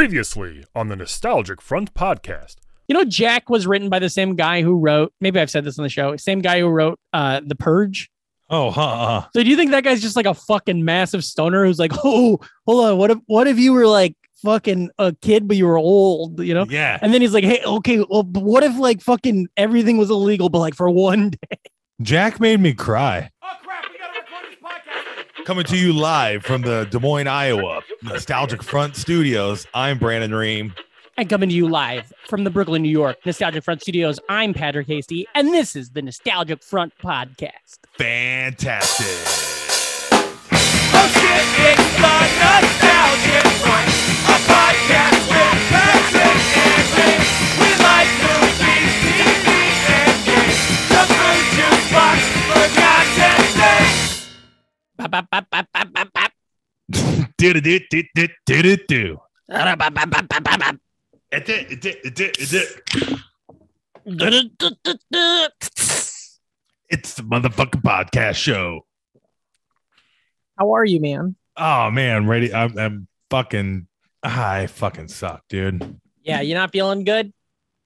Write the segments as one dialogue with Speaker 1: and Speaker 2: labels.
Speaker 1: Previously on the Nostalgic Front podcast.
Speaker 2: You know, Jack was written by the same guy who wrote. Maybe I've said this on the show. Same guy who wrote uh, The Purge.
Speaker 3: Oh, huh, huh.
Speaker 2: So do you think that guy's just like a fucking massive stoner who's like, oh, hold on, what if what if you were like fucking a kid but you were old, you know?
Speaker 3: Yeah.
Speaker 2: And then he's like, hey, okay, well, but what if like fucking everything was illegal, but like for one day?
Speaker 3: Jack made me cry.
Speaker 4: Oh crap, we gotta record this podcast.
Speaker 3: Coming to you live from the Des Moines, Iowa Nostalgic Front Studios. I'm Brandon Ream.
Speaker 2: And coming to you live from the Brooklyn, New York Nostalgic Front Studios, I'm Patrick Hasty, and this is the Nostalgic Front Podcast.
Speaker 3: Fantastic.
Speaker 4: Oh shit, it's the nostalgia front. A podcast with Patrick and Rick. We like movies, TV, and games. The food jukebox, forgotten things.
Speaker 2: Bop, bop, bop, bop, bop, bop, bop.
Speaker 3: Did it, did it, did it, do.
Speaker 2: Bop, bop, bop, bop, bop, bop.
Speaker 3: It did, it did, it did, it did. It's the motherfucking podcast show.
Speaker 5: How are you, man?
Speaker 3: Oh, man. Ready? I'm, I'm fucking. I fucking suck, dude.
Speaker 2: Yeah, you're not feeling good?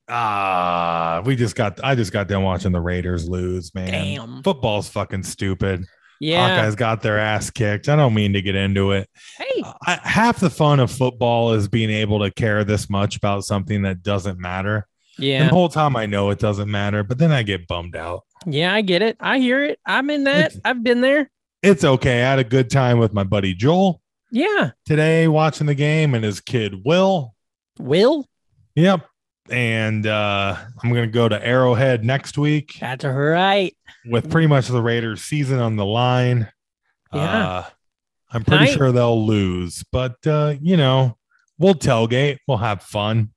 Speaker 3: Ah, we just got. I just got done watching the Raiders lose, man.
Speaker 2: Damn.
Speaker 3: Football's fucking stupid.
Speaker 2: Yeah.
Speaker 3: Hawkeyes got their ass kicked. I don't mean to get into it.
Speaker 2: Hey.
Speaker 3: I, half the fun of football is being able to care this much about something that doesn't matter. And
Speaker 2: Yeah.
Speaker 3: the whole time I know it doesn't matter, but then I get bummed out.
Speaker 2: Yeah, I get it. I hear it. I'm in that.
Speaker 3: It's-
Speaker 2: I've been there.
Speaker 3: It's okay. I had a good time with my buddy Joel
Speaker 2: Yeah.
Speaker 3: today watching the game and his kid Will.
Speaker 2: Will?
Speaker 3: Yep. And uh, I'm going to go to Arrowhead next week
Speaker 2: That's right.
Speaker 3: with pretty much the Raiders season on the line.
Speaker 2: Yeah.
Speaker 3: Uh, I'm pretty
Speaker 2: Nice.
Speaker 3: sure they'll lose, but uh, you know, we'll tailgate, we'll have fun.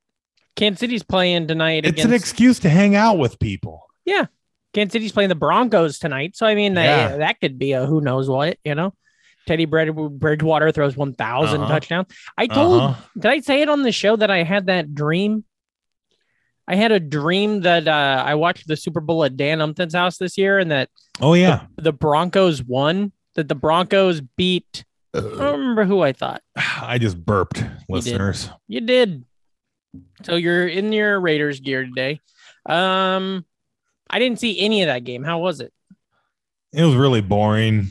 Speaker 2: Kansas City's playing tonight
Speaker 3: It's
Speaker 2: against
Speaker 3: an excuse to hang out with people.
Speaker 2: Kansas City's playing the Broncos tonight. So I mean, they,
Speaker 3: Yeah.
Speaker 2: that could be a who knows what, you know. Teddy Brid- Bridgewater throws 1000
Speaker 3: Uh-huh.
Speaker 2: touchdowns. I told
Speaker 3: Uh-huh.
Speaker 2: did I say it on the show that I had that dream? I had a dream that uh, I watched the Super Bowl at Dan Umpton's house this year and that
Speaker 3: Oh yeah.
Speaker 2: the Broncos won, that the Broncos beat I don't remember who I thought.
Speaker 3: I just burped, listeners.
Speaker 2: You did. So you're in your Raiders gear today. Um, I didn't see any of that game. How was it?
Speaker 3: It was really boring.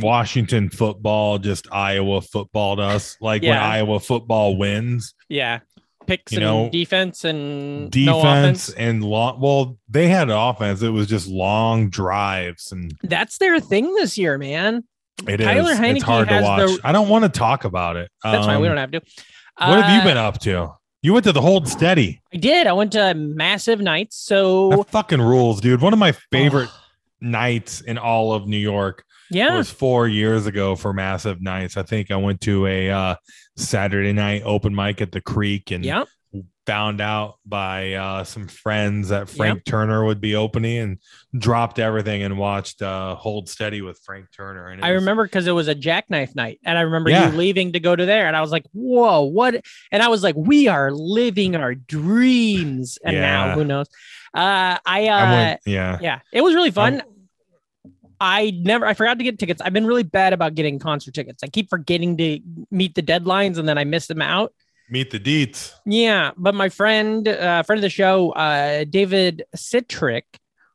Speaker 3: Washington football, just Iowa football to us. Like when
Speaker 2: Yeah.
Speaker 3: Iowa football wins,
Speaker 2: Yeah, picks
Speaker 3: You
Speaker 2: and
Speaker 3: know,
Speaker 2: defense and no
Speaker 3: defense
Speaker 2: offense.
Speaker 3: and long. Well, they had offense. It was just long drives, and
Speaker 2: That's their thing this year, man.
Speaker 3: it is.
Speaker 2: Tyler
Speaker 3: it's
Speaker 2: Heineke
Speaker 3: hard to
Speaker 2: has
Speaker 3: watch.
Speaker 2: the-
Speaker 3: I don't want to talk about it.
Speaker 2: That's fine. We
Speaker 3: Um,
Speaker 2: don't have to.
Speaker 3: What have you
Speaker 2: Uh,
Speaker 3: been up to? You went to the Hold Steady.
Speaker 2: I did. I went to massive nights. So
Speaker 3: That fucking rules, dude. One of my favorite nights in all of New York
Speaker 2: yeah,
Speaker 3: was four years ago for Massive Nights. I think I went to a uh, Saturday night open mic at the Creek and
Speaker 2: yeah,
Speaker 3: found out by uh, some friends that Frank Turner would be opening and dropped everything and watched uh, Hold Steady with Frank Turner. And it
Speaker 2: I
Speaker 3: was-
Speaker 2: remember because it was a jackknife night, and I remember
Speaker 3: Yeah.
Speaker 2: you leaving to go to there, and I was like, "Whoa, what?" And I was like, "We are living our dreams." And now,
Speaker 3: Yeah.
Speaker 2: who knows? Uh, I, uh,
Speaker 3: I went, yeah.
Speaker 2: yeah, it was really fun. I never, I forgot to get tickets. I've been really bad about getting concert tickets. I keep forgetting to meet the deadlines, and then I miss them out.
Speaker 3: Meet the Deets.
Speaker 2: Yeah, but my friend, uh, friend of the show, uh, David Citrick,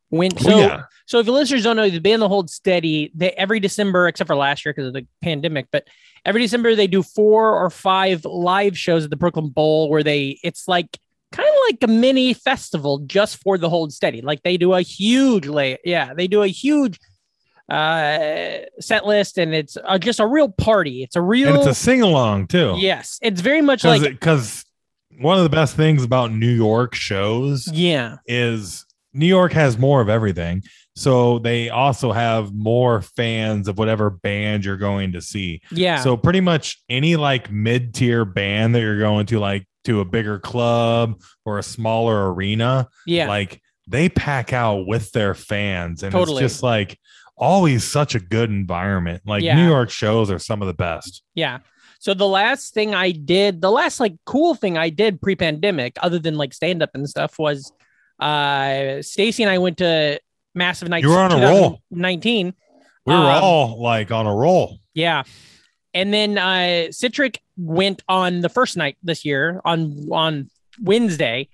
Speaker 2: went.
Speaker 3: Oh,
Speaker 2: So
Speaker 3: yeah.
Speaker 2: so if the listeners don't know, the band The Hold Steady, they every December, except for last year because of the pandemic, but every December they do four or five live shows at the Brooklyn Bowl where they it's like kind of like a mini festival just for the Hold Steady. Like they do a huge lay, yeah, they do a huge uh set list and it's uh, just a real party. It's a
Speaker 3: And
Speaker 2: real
Speaker 3: it's a sing along, too.
Speaker 2: yes. It's very much
Speaker 3: because
Speaker 2: like
Speaker 3: one of the best things about New York shows
Speaker 2: yeah,
Speaker 3: is New York has more of everything, so they also have more fans of whatever band you're going to see.
Speaker 2: yeah.
Speaker 3: So pretty much any like mid tier band that you're going to, like to a bigger club or a smaller arena,
Speaker 2: yeah.
Speaker 3: like they pack out with their fans, and
Speaker 2: Totally.
Speaker 3: it's just like always such a good environment. Like
Speaker 2: Yeah.
Speaker 3: New York shows are some of the best.
Speaker 2: Yeah. So the last thing I did, the last like cool thing I did pre-pandemic, other than like stand up and stuff, was uh Stacy and I went to Massive Nights.
Speaker 3: You were on a roll.
Speaker 2: 2019.
Speaker 3: We were
Speaker 2: Um,
Speaker 3: all like on a roll.
Speaker 2: Yeah. And then uh, Citric went on the first night this year on on Wednesday,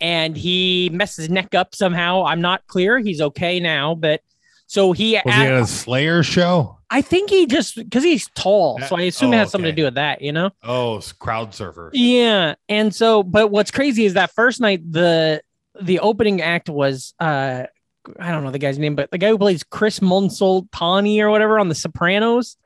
Speaker 2: and he messed his neck up somehow. I'm not clear. He's okay now, but so he.
Speaker 3: Was he at a Slayer show?
Speaker 2: I think he just because he's tall, so I assume it
Speaker 3: Oh,
Speaker 2: has something to
Speaker 3: okay.
Speaker 2: do with that. You know.
Speaker 3: Oh, s- crowd surfer.
Speaker 2: Yeah. And so, but what's crazy is that first night the the opening act was uh I don't know the guy's name, but the guy who plays Chris Monsoltani or whatever on The Sopranos.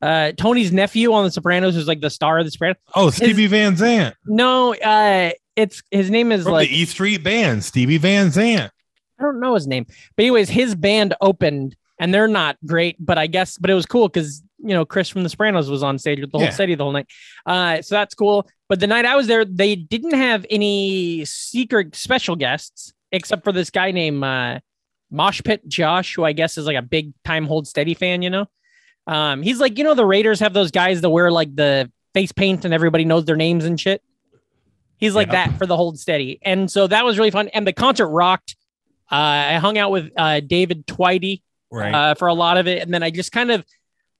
Speaker 2: Uh Tony's nephew on The Sopranos who's like the star of the Sopranos.
Speaker 3: Oh, Stevie Van Zant
Speaker 2: No, uh it's his name is
Speaker 3: from
Speaker 2: like
Speaker 3: the E Street Band. Stevie Van Zant.
Speaker 2: I don't know his name. But anyways, his band opened and they're not great, but I guess but it was cool because you know Chris from the Sopranos was on stage with the
Speaker 3: Yeah.
Speaker 2: whole city the whole night. Uh so that's cool. But the night I was there, they didn't have any secret special guests except for this guy named uh Mosh Pit Josh, who I guess is like a big time hold steady fan, you know. Um he's like, you know, the Raiders have those guys that wear like the face paint and everybody knows their names and shit. He's like
Speaker 3: Yep.
Speaker 2: that for the hold steady. And so that was really fun. And the concert rocked. Uh, I hung out with uh, David Twitey
Speaker 3: Right.
Speaker 2: uh, for a lot of it. And then I just kind of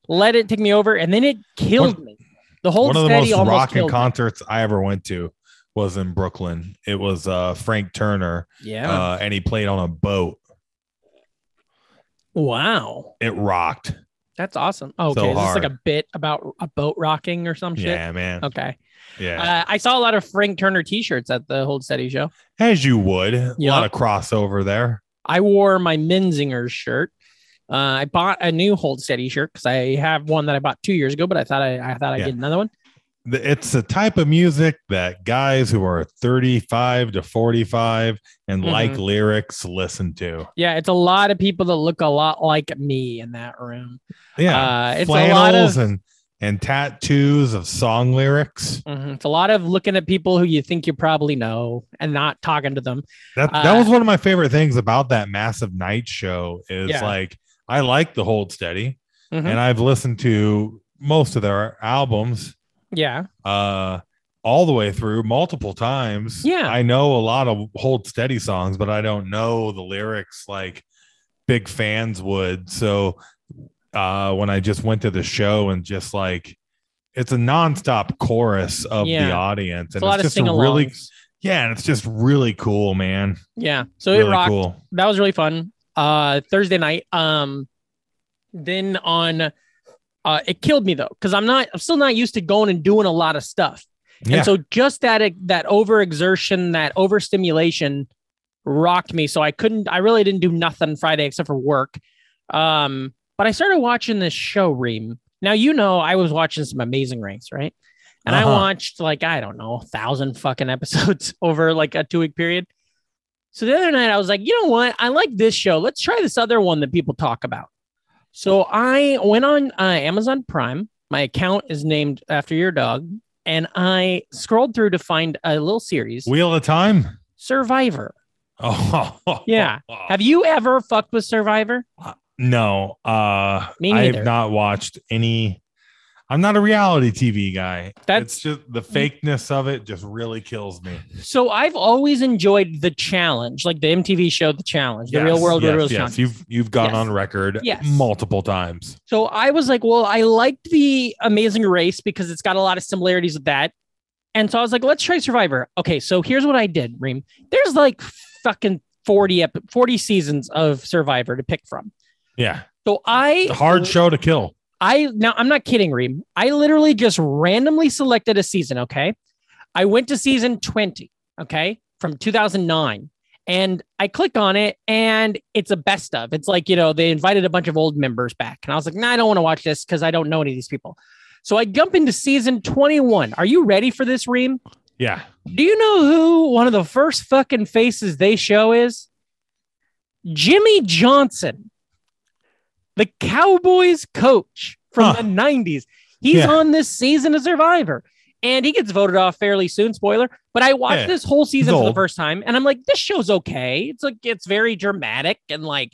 Speaker 2: let it take me over. And then it killed me. The hold
Speaker 3: One of the
Speaker 2: steady
Speaker 3: most
Speaker 2: almost
Speaker 3: rocking
Speaker 2: killed
Speaker 3: concerts I ever went to was in Brooklyn. It was uh, Frank Turner,
Speaker 2: me. Yeah.
Speaker 3: uh, and he played on a boat.
Speaker 2: wow.
Speaker 3: It rocked.
Speaker 2: That's awesome. Oh, okay.
Speaker 3: So
Speaker 2: is this like
Speaker 3: hard.
Speaker 2: a bit about a boat rocking or some Oh, shit?
Speaker 3: Yeah, man.
Speaker 2: Okay.
Speaker 3: Yeah.
Speaker 2: Uh, I saw a lot of Frank Turner t shirts at the Hold Steady show.
Speaker 3: As you would. A
Speaker 2: Yeah.
Speaker 3: lot of crossover there.
Speaker 2: I wore my Menzinger's shirt. Uh, I bought a new Hold Steady shirt because I have one that I bought two years ago, but I thought I, I thought I'd
Speaker 3: Yeah.
Speaker 2: get another one.
Speaker 3: The- It's the type of music that guys who are 35 to 45 and
Speaker 2: Mm-hmm.
Speaker 3: like lyrics listen to.
Speaker 2: Yeah, it's a lot of people that look a lot like me in that room.
Speaker 3: Yeah.
Speaker 2: Uh, it's a lot
Speaker 3: Flannels
Speaker 2: of
Speaker 3: and, and tattoos of song lyrics.
Speaker 2: Mhm, it's a lot of looking at people who you think you probably know and not talking to them.
Speaker 3: That
Speaker 2: Uh,
Speaker 3: that was one of my favorite things about that massive night show is
Speaker 2: Yeah.
Speaker 3: like I like the Hold Steady
Speaker 2: Mhm.
Speaker 3: and I've listened to most of their albums
Speaker 2: Yeah,
Speaker 3: uh all the way through multiple times.
Speaker 2: Yeah.
Speaker 3: I know a lot of Hold Steady songs, but I don't know the lyrics like big fans would. So uh when I just went to the show and just like it's a nonstop chorus of the
Speaker 2: Yeah.
Speaker 3: audience.
Speaker 2: it's
Speaker 3: And
Speaker 2: a lot
Speaker 3: it's
Speaker 2: of
Speaker 3: just
Speaker 2: sing
Speaker 3: a
Speaker 2: alongs.
Speaker 3: really yeah, and it's just really cool, man.
Speaker 2: yeah, so it
Speaker 3: really
Speaker 2: rocked.
Speaker 3: cool.
Speaker 2: that was really fun. Uh, Thursday night. Um, then on, uh, it killed me though because I'm not, I'm still not used to going and doing a lot of stuff.
Speaker 3: Yeah.
Speaker 2: And so just that that overexertion, that overstimulation rocked me. So I couldn't, I really didn't do nothing Friday except for work. Um, but I started watching this show ream. Now you know I was watching some amazing ranks, right? And
Speaker 3: Uh-huh.
Speaker 2: I watched like, I don't know, thousand fucking episodes over like a two week period. So the other night I was like, you know what? I like this show. Let's try this other one that people talk about. So I went on uh, Amazon Prime. My account is named after your dog. And I scrolled through to find a little series,
Speaker 3: Wheel of Time.
Speaker 2: Survivor.
Speaker 3: Oh
Speaker 2: Yeah. Have you ever fucked with Survivor?
Speaker 3: no. Uh,
Speaker 2: Me
Speaker 3: I
Speaker 2: neither.
Speaker 3: have not watched any. I'm not a reality TV guy.
Speaker 2: That's-
Speaker 3: That's just the fakeness of it. Just really kills me.
Speaker 2: So I've always enjoyed the challenge, like the MTV show, The Challenge, the Real World,
Speaker 3: Yes,
Speaker 2: Real World
Speaker 3: yes.
Speaker 2: Challenge.
Speaker 3: You've you've gone
Speaker 2: Yes.
Speaker 3: on record
Speaker 2: Yes.
Speaker 3: multiple times.
Speaker 2: So I was like, well, I liked the Amazing Race because it's got a lot of similarities with that. And so I was like, let's try Survivor. Okay, so here's what I did, Reem. There's like fucking 40 ep- 40 seasons of Survivor to pick from.
Speaker 3: Yeah,
Speaker 2: So I
Speaker 3: It's a hard show to kill.
Speaker 2: I now I'm not kidding, Reem. I literally just randomly selected a season. Okay. I went to season 20, okay, from 2009. And I click on it and it's a best of. It's like, you know, they invited a bunch of old members back. And I was like, nah, I don't want to watch this because I don't know any of these people. So I jump into season 21. Are you ready for this, Reem?
Speaker 3: Yeah,
Speaker 2: Do you know who one of the first fucking faces they show is? Jimmy Johnson, the Cowboys coach from
Speaker 3: Huh.
Speaker 2: the 90s. He's
Speaker 3: Yeah.
Speaker 2: on this season of Survivor and he gets voted off fairly soon. Spoiler. But I watched
Speaker 3: Yeah.
Speaker 2: this whole season
Speaker 3: He's
Speaker 2: for the
Speaker 3: old.
Speaker 2: first time and I'm like, this show's okay. It's like, it's very dramatic and like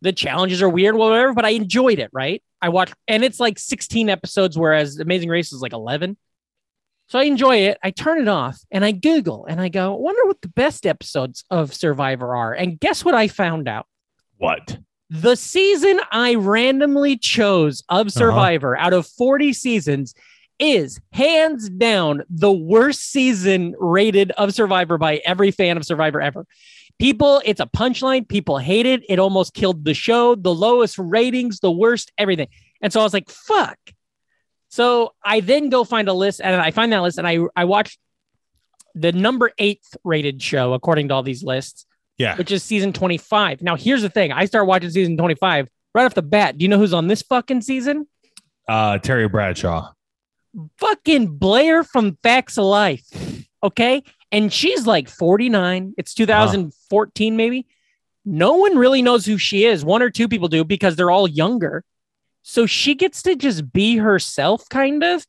Speaker 2: the challenges are weird, whatever, but I enjoyed it, right? I watched, and it's like 16 episodes, whereas Amazing Race is like 11. So I enjoy it. I turn it off and I Google and I go, "I wonder what the best episodes of Survivor are. And guess what I found out?
Speaker 3: what?
Speaker 2: The season I randomly chose of Survivor out of 40 seasons is hands down the worst season rated of Survivor by every fan of Survivor ever. People, it's a punchline. People hate it. It almost killed the show. The lowest ratings, the worst, everything. And so I was like, fuck. So I then go find a list and I find that list and I, I watch the number eighth rated show according to all these lists
Speaker 3: Yeah.
Speaker 2: which is season 25. Now, here's the thing I start watching season 25 right off the bat. Do you know who's on this fucking season?
Speaker 3: Uh, Terry Bradshaw.
Speaker 2: Fucking Blair from Facts of Life. Okay. And she's like 49. It's 2014, maybe. No one really knows who she is. One or two people do because they're all younger. So she gets to just be herself, kind of.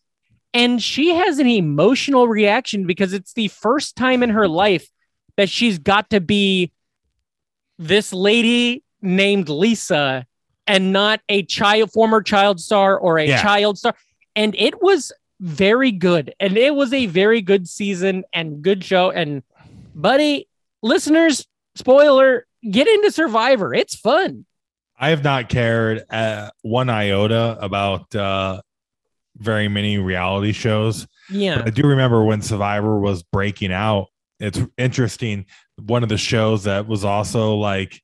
Speaker 2: And she has an emotional reaction because it's the first time in her life that she's got to be this lady named Lisa and not a child former child star or a
Speaker 3: Yeah.
Speaker 2: child star and it was very good and it was a very good season and good show and buddy listeners spoiler get into survivor it's fun
Speaker 3: I have not cared uh, one iota about uh, very many reality shows.
Speaker 2: yeah
Speaker 3: I do remember when Survivor was breaking out. It's interesting. One of the shows that was also like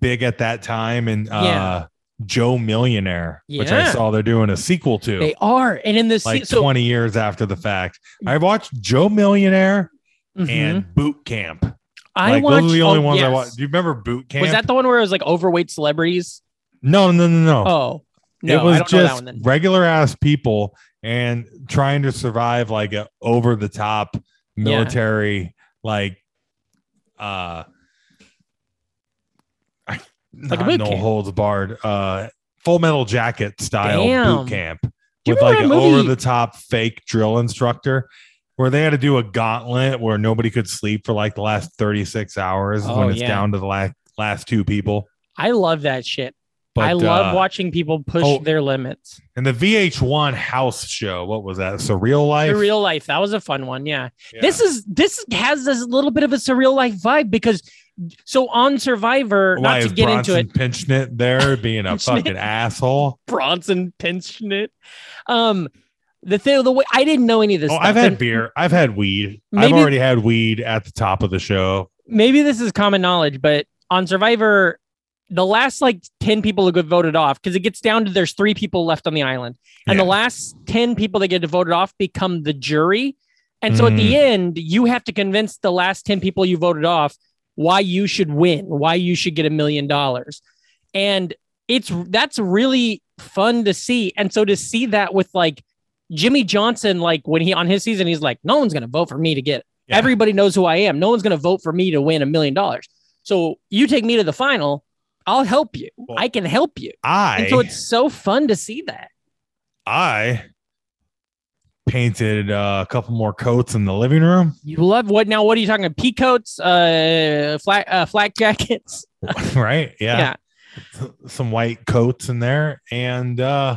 Speaker 3: big at that time, and uh,
Speaker 2: Yeah.
Speaker 3: Joe Millionaire, which I
Speaker 2: Yeah.
Speaker 3: saw they're doing a sequel to,
Speaker 2: they are and in this
Speaker 3: like
Speaker 2: se- so Mm-hmm.
Speaker 3: 20 years after the fact. I watched Joe Millionaire
Speaker 2: Mhm.
Speaker 3: and Boot Camp.
Speaker 2: i
Speaker 3: like,
Speaker 2: watched
Speaker 3: those are the only
Speaker 2: oh,
Speaker 3: ones I
Speaker 2: yes.
Speaker 3: watched. Do you remember Boot Camp?
Speaker 2: was that the one where it was like overweight celebrities
Speaker 3: no, no, no, no.
Speaker 2: oh no
Speaker 3: it was
Speaker 2: i don't know that
Speaker 3: just
Speaker 2: one then
Speaker 3: regular ass people and trying to survive like a over the top military like uh
Speaker 2: Like a
Speaker 3: not
Speaker 2: boot
Speaker 3: no
Speaker 2: camp.
Speaker 3: holds barred uh full metal jacket style
Speaker 2: Damn.
Speaker 3: boot camp
Speaker 2: you
Speaker 3: with like an
Speaker 2: remember that movie-
Speaker 3: over the top fake drill instructor where they had to do a gauntlet where nobody could sleep for like the last 36 hours
Speaker 2: Oh,
Speaker 3: when it's
Speaker 2: yeah.
Speaker 3: down to the last last two people
Speaker 2: i love that shit
Speaker 3: but
Speaker 2: i love
Speaker 3: uh,
Speaker 2: watching people push
Speaker 3: oh,
Speaker 2: their limits
Speaker 3: and the VH1 house show. What was that? Surreal Life.
Speaker 2: in real life that was a fun one yeah
Speaker 3: Yeah.
Speaker 2: This is this has this little bit of a surreal life vibe because so on Survivor,
Speaker 3: Why
Speaker 2: not
Speaker 3: is
Speaker 2: to get
Speaker 3: Bronson
Speaker 2: into it,
Speaker 3: Pinching it there, being a
Speaker 2: Pinching it.
Speaker 3: fucking asshole.
Speaker 2: Bronson pinched it. Um, the thing, the way I didn't know any of this.
Speaker 3: Oh,
Speaker 2: stuff.
Speaker 3: I've had
Speaker 2: And
Speaker 3: beer. I've had weed. I've
Speaker 2: Maybe-
Speaker 3: already had weed at the top of the show.
Speaker 2: maybe this is common knowledge, but on Survivor, the last like ten people who get voted off because it gets down to there's three people left on the island, and the
Speaker 3: Yeah.
Speaker 2: last ten people that get voted off become the jury, and so at the end you have to convince the last ten people you voted off why you should win, why you should get a million dollars. and it's that's really fun to see and so to see that with like jimmy johnson like when he on his season he's like no one's gonna vote for me to get it.
Speaker 3: Yeah.
Speaker 2: everybody knows who i am no one's gonna vote for me to win a million dollars so you take me to the final i'll help you
Speaker 3: Well,
Speaker 2: i can help you
Speaker 3: I
Speaker 2: and so it's so fun to see that
Speaker 3: I painted uh, a couple more coats in the living room.
Speaker 2: you love what now what are you talking about peacoats uh flat uh flat jackets
Speaker 3: right?
Speaker 2: yeah,
Speaker 3: Some white coats in there, and uh,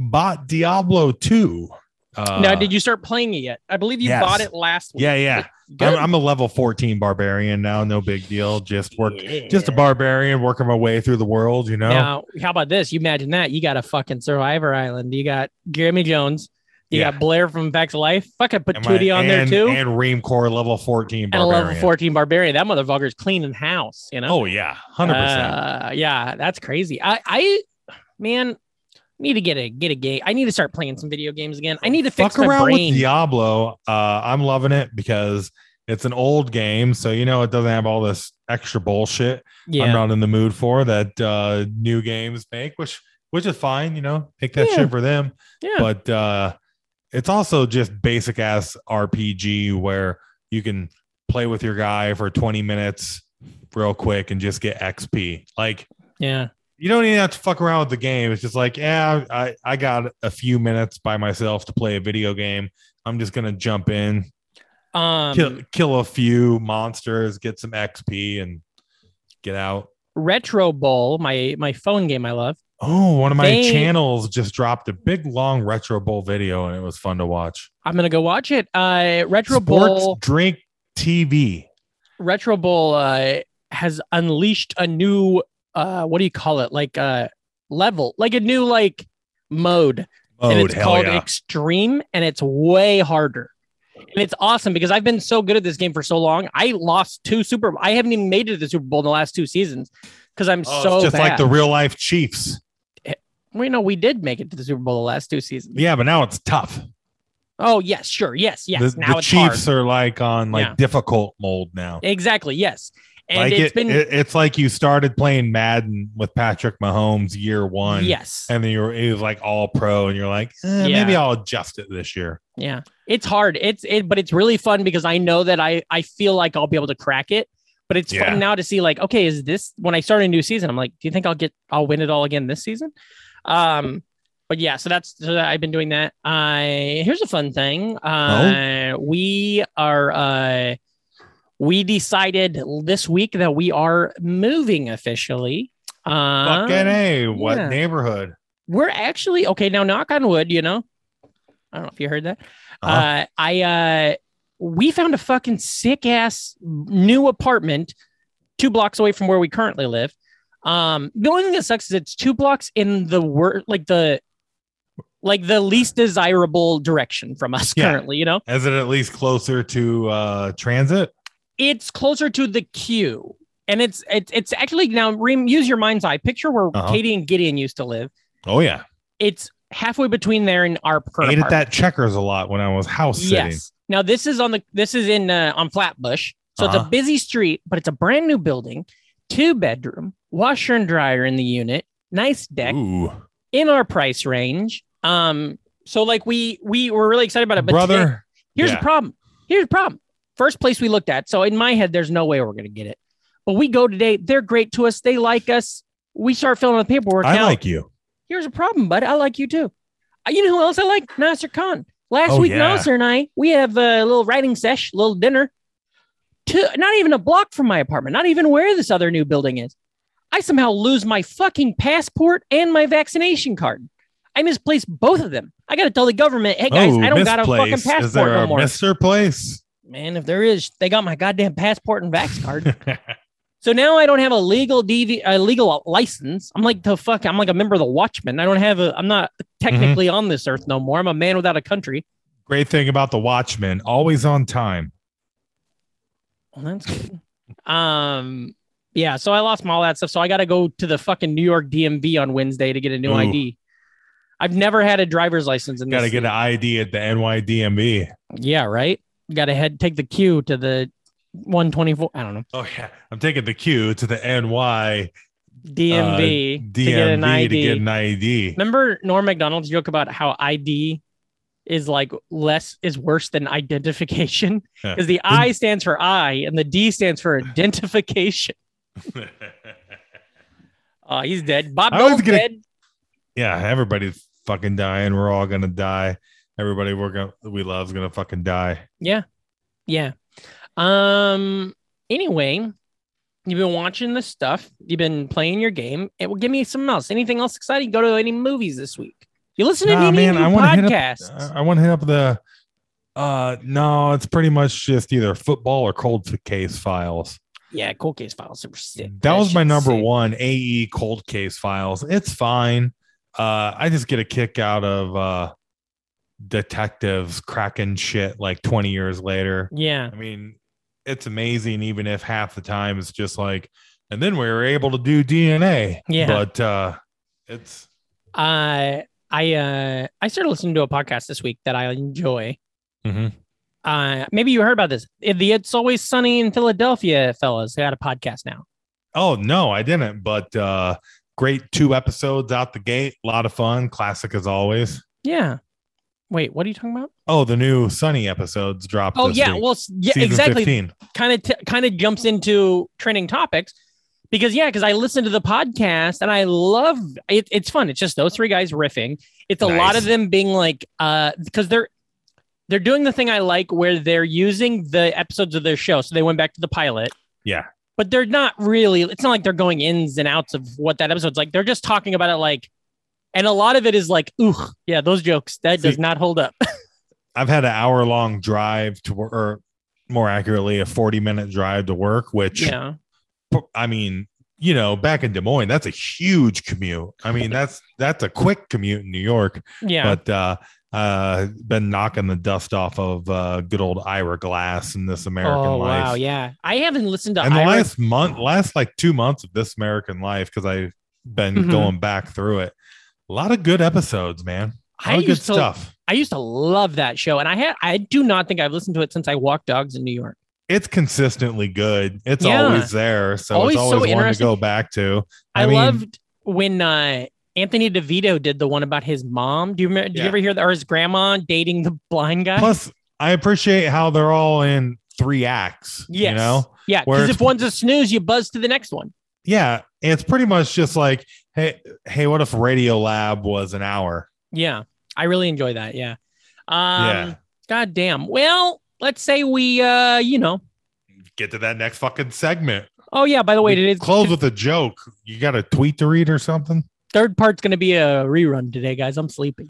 Speaker 3: bought Diablo two. Uh,
Speaker 2: now did you start playing it yet i believe you
Speaker 3: yes.
Speaker 2: bought it last week
Speaker 3: Yeah, yeah.
Speaker 2: Good.
Speaker 3: I'm, I'm a level 14 barbarian now. No big deal. Just work, just a barbarian working my way through the world. You know,
Speaker 2: Now, how about this? You imagine that you got a fucking Survivor Island. You got Jeremy Jones. You
Speaker 3: Yeah.
Speaker 2: got Blair from Facts of Life. Fucking put
Speaker 3: Am
Speaker 2: Tootie
Speaker 3: I-
Speaker 2: on
Speaker 3: and-
Speaker 2: there too. And,
Speaker 3: and Ream Core level 14
Speaker 2: a
Speaker 3: barbarian.
Speaker 2: level 14 Barbarian. That motherfucker's cleaning house, you know?
Speaker 3: Oh yeah, hundred percent.
Speaker 2: Uh, yeah, that's crazy. I, I, man, need to get a get a game. I need to start playing some video games again. I need to fix
Speaker 3: Fuck
Speaker 2: my
Speaker 3: around
Speaker 2: brain.
Speaker 3: with Diablo. Uh, I'm loving it because it's an old game, so you know it doesn't have all this extra bullshit. I'm
Speaker 2: yeah.
Speaker 3: not in the mood for that. Uh, new games make, which which is fine. You know, take that
Speaker 2: Yeah.
Speaker 3: shit for them.
Speaker 2: yeah.
Speaker 3: but uh it's also just basic ass RPG where you can play with your guy for 20 minutes real quick and just get XP. Like
Speaker 2: yeah.
Speaker 3: you don't even have to fuck around with the game. It's just like, yeah, I, I got a few minutes by myself to play a video game. I'm just gonna jump in,
Speaker 2: Um,
Speaker 3: kill, kill a few monsters, get some XP, and get out.
Speaker 2: Retro Bowl, my my phone game I love.
Speaker 3: Oh, one of my
Speaker 2: They-
Speaker 3: channels just dropped a big long retro bowl video, and it was fun to watch.
Speaker 2: I'm gonna go watch it. Uh, Retro
Speaker 3: Sports
Speaker 2: Bowl.
Speaker 3: Drink TV.
Speaker 2: Retro Bowl uh, has unleashed a new uh what do you call it? Like uh level, like a new like mode. and
Speaker 3: Mode,
Speaker 2: it's
Speaker 3: Oh, hell
Speaker 2: called
Speaker 3: yeah.
Speaker 2: extreme and it's way harder. And it's awesome because I've been so good at this game for so long. I lost two Super I haven't even made it to the Super Bowl in the last two seasons because I'm
Speaker 3: Oh,
Speaker 2: so
Speaker 3: it's just
Speaker 2: bad.
Speaker 3: like the real life Chiefs.
Speaker 2: we know we did make it to the Super Bowl the last two seasons.
Speaker 3: Yeah, but now it's tough.
Speaker 2: Oh yes, sure, yes, yes.
Speaker 3: the,
Speaker 2: now
Speaker 3: the
Speaker 2: it's
Speaker 3: Chiefs
Speaker 2: hard.
Speaker 3: are like on like
Speaker 2: Yeah.
Speaker 3: difficult mold now.
Speaker 2: exactly yes, and
Speaker 3: like
Speaker 2: it's
Speaker 3: it-
Speaker 2: been
Speaker 3: it- it's like you started playing Madden with Patrick Mahomes year one.
Speaker 2: yes,
Speaker 3: And then you were it was like all pro, and you're like, eh,
Speaker 2: Yeah.
Speaker 3: maybe I'll adjust it this year.
Speaker 2: yeah. It's hard. It's it, but it's really fun because I know that I I feel like I'll be able to crack it. But it's
Speaker 3: Yeah.
Speaker 2: fun now to see like, okay, is this when I start a new season? I'm like, do you think I'll get I'll win it all again this season? Um, but yeah, so that's so I've been doing that. I here's a fun thing.
Speaker 3: Oh.
Speaker 2: Uh, we are uh, we decided this week that we are moving officially. Uh,
Speaker 3: Fucking a, what
Speaker 2: yeah.
Speaker 3: neighborhood?
Speaker 2: we're actually okay now knock on wood you know i don't know if you heard that uh
Speaker 3: Uh-huh.
Speaker 2: i uh we found a fucking sick ass new apartment two blocks away from where we currently live um the only thing that sucks is it's two blocks in the wor like the like the least desirable direction from us
Speaker 3: Yeah.
Speaker 2: currently you know
Speaker 3: Is it at least closer to uh transit?
Speaker 2: it's closer to the queue. And it's it's it's actually now Reem, use your mind's eye. Picture where
Speaker 3: Uh-huh.
Speaker 2: Katie and Gideon used to live.
Speaker 3: Oh yeah.
Speaker 2: It's halfway between there and our current
Speaker 3: Ate at
Speaker 2: apartment.
Speaker 3: that checkers a lot when I was house sitting.
Speaker 2: Yes. Now this is on the this is in uh, on Flatbush, so it's
Speaker 3: Uh-huh.
Speaker 2: a busy street, but it's a brand new building, two bedroom, washer and dryer in the unit, nice deck
Speaker 3: Ooh.
Speaker 2: in our price range. Um, so like we we were really excited about it, but
Speaker 3: Brother.
Speaker 2: today- Here's
Speaker 3: Yeah.
Speaker 2: the problem. Here's the problem. First place we looked at. So in my head, there's no way we're gonna get it. But we go today. They're great to us. They like us. We start filling out the paperwork.
Speaker 3: I
Speaker 2: now,
Speaker 3: like you.
Speaker 2: here's a problem, buddy. I like you too. Uh, You know who else I like? Nasser Khan. Last
Speaker 3: Oh,
Speaker 2: week,
Speaker 3: yeah.
Speaker 2: Nasser and I, we have a little writing sesh, little dinner. Two, not even a block from my apartment, not even where this other new building is. I somehow lose my fucking passport and my vaccination card. I misplaced both of them. I got to tell the government, hey guys,
Speaker 3: oh,
Speaker 2: I don't got a fucking
Speaker 3: misplaced.
Speaker 2: passport
Speaker 3: Is there
Speaker 2: no
Speaker 3: a
Speaker 2: more.
Speaker 3: Mister Place?
Speaker 2: Man, if there is, they got my goddamn passport and vax card. so now I don't have a legal DV, a legal license. I'm like the fuck. I'm like a member of the Watchmen. I don't have a. I'm not technically
Speaker 3: Mm-hmm.
Speaker 2: on this earth no more. I'm a man without a country.
Speaker 3: Great thing about the Watchmen, always on time.
Speaker 2: Well, that's good. um, yeah. So I lost my all that stuff. So I got to go to the fucking New York DMV on Wednesday to get a new
Speaker 3: Ooh.
Speaker 2: ID. I've never had a driver's license in
Speaker 3: Got to
Speaker 2: this.
Speaker 3: get an ID at the NYDMB.
Speaker 2: yeah, right. Got to head take the queue to the 124. I don't know
Speaker 3: Oh yeah, I'm taking the Q to the NY
Speaker 2: DMV
Speaker 3: DMV
Speaker 2: to get an ID.
Speaker 3: E to get an ID.
Speaker 2: Remember Norm McDonald's joke about how ID is like less is worse than identification
Speaker 3: Yeah.
Speaker 2: because the I stands for I and the D stands for identification. Uh, he's dead. Bob
Speaker 3: I was
Speaker 2: Dole's
Speaker 3: gonna-
Speaker 2: dead.
Speaker 3: yeah, everybody's fucking dying. We're all gonna die. Everybody we're gonna we love's gonna fucking die.
Speaker 2: Yeah, yeah. Um. Anyway, you've been watching this stuff. You've been playing your game. It will give me something else. Anything else exciting? Go to any movies this week? You listen to
Speaker 3: Nah,
Speaker 2: any
Speaker 3: man,
Speaker 2: new
Speaker 3: I wanna hit up-
Speaker 2: podcasts?
Speaker 3: I, want to hit up the. Uh, no, it's pretty much just either football or cold case files.
Speaker 2: yeah, Cold Case Files. Super sick.
Speaker 3: That was my
Speaker 2: shit's
Speaker 3: number
Speaker 2: sick.
Speaker 3: one AE cold case files. It's fine. Uh, I just get a kick out of uh, detectives cracking shit like 20 years later.
Speaker 2: Yeah.
Speaker 3: I mean, it's amazing, even if half the time it's just like, and then we were able to do DNA.
Speaker 2: Yeah.
Speaker 3: But uh, it's,
Speaker 2: I I uh I started listening to a podcast this week that I enjoy.
Speaker 3: Mhm.
Speaker 2: Uh maybe you heard about this. It- The It's Always Sunny in Philadelphia fellas got a podcast now.
Speaker 3: oh, no, I didn't. But uh, great two episodes out the gate. A lot of fun. Classic as always.
Speaker 2: Yeah. Wait, what are you talking about?
Speaker 3: Oh, the new Sunny episodes dropped.
Speaker 2: Oh
Speaker 3: this
Speaker 2: yeah,
Speaker 3: week.
Speaker 2: well s- yeah,
Speaker 3: Season
Speaker 2: exactly.
Speaker 3: 15.
Speaker 2: Kind of t- kind of jumps into trending topics because yeah, because I listen to the podcast and I love it. It's fun. It's just those three guys riffing. It's a lot
Speaker 3: Nice.
Speaker 2: of them being like uh because they're they're doing the thing I like where they're using the episodes of their show. So they went back to the pilot.
Speaker 3: Yeah.
Speaker 2: But they're not really, it's not like they're going ins and outs of what that episode's like. They're just talking about it like, and a lot of it is like, ooh, yeah, those jokes, that does
Speaker 3: See-
Speaker 2: not hold up.
Speaker 3: I've had an hour long drive to work, or more accurately, a 40 minute drive to work, which
Speaker 2: yeah.
Speaker 3: p- I mean, you know, back in Des Moines, that's a huge commute. I mean, that's that's a quick commute in New York.
Speaker 2: Yeah.
Speaker 3: But uh, uh, been knocking the dust off of uh, good old Ira Glass in this American
Speaker 2: oh
Speaker 3: life.
Speaker 2: wow, yeah. I haven't listened to
Speaker 3: and the
Speaker 2: Ira.
Speaker 3: last month, last like two months of this American life, because I've been
Speaker 2: Mhm.
Speaker 3: going back through it. A lot of good episodes, man. A
Speaker 2: I
Speaker 3: lot of good
Speaker 2: used to-
Speaker 3: stuff.
Speaker 2: I used to love that show, and I had I do not think I've listened to it since I walked dogs in New York.
Speaker 3: It's consistently good. It's
Speaker 2: Yeah.
Speaker 3: always there, so
Speaker 2: Always
Speaker 3: it's
Speaker 2: so
Speaker 3: always one to
Speaker 2: interesting.
Speaker 3: go back to.
Speaker 2: I,
Speaker 3: mean,
Speaker 2: loved when uh, Anthony DeVito did the one about his mom. Do you remember? Did
Speaker 3: Yeah.
Speaker 2: you ever hear that? Or his grandma dating the blind guy?
Speaker 3: Plus, I appreciate how they're all in three acts.
Speaker 2: yes.
Speaker 3: You know,
Speaker 2: yeah.
Speaker 3: where
Speaker 2: Because
Speaker 3: it's-
Speaker 2: if one's a snooze, you buzz to the next one.
Speaker 3: yeah, it's pretty much just like, hey, hey, what if Radio Lab was an hour?
Speaker 2: Yeah. I really enjoy that. Yeah. Um,
Speaker 3: Yeah.
Speaker 2: God damn. Well, let's say we, uh, you know,
Speaker 3: Get to that next fucking segment.
Speaker 2: oh, yeah. By the way, today's
Speaker 3: Close with a joke. You got a tweet to read or something?
Speaker 2: third part's going to be a rerun today, guys. I'm sleepy.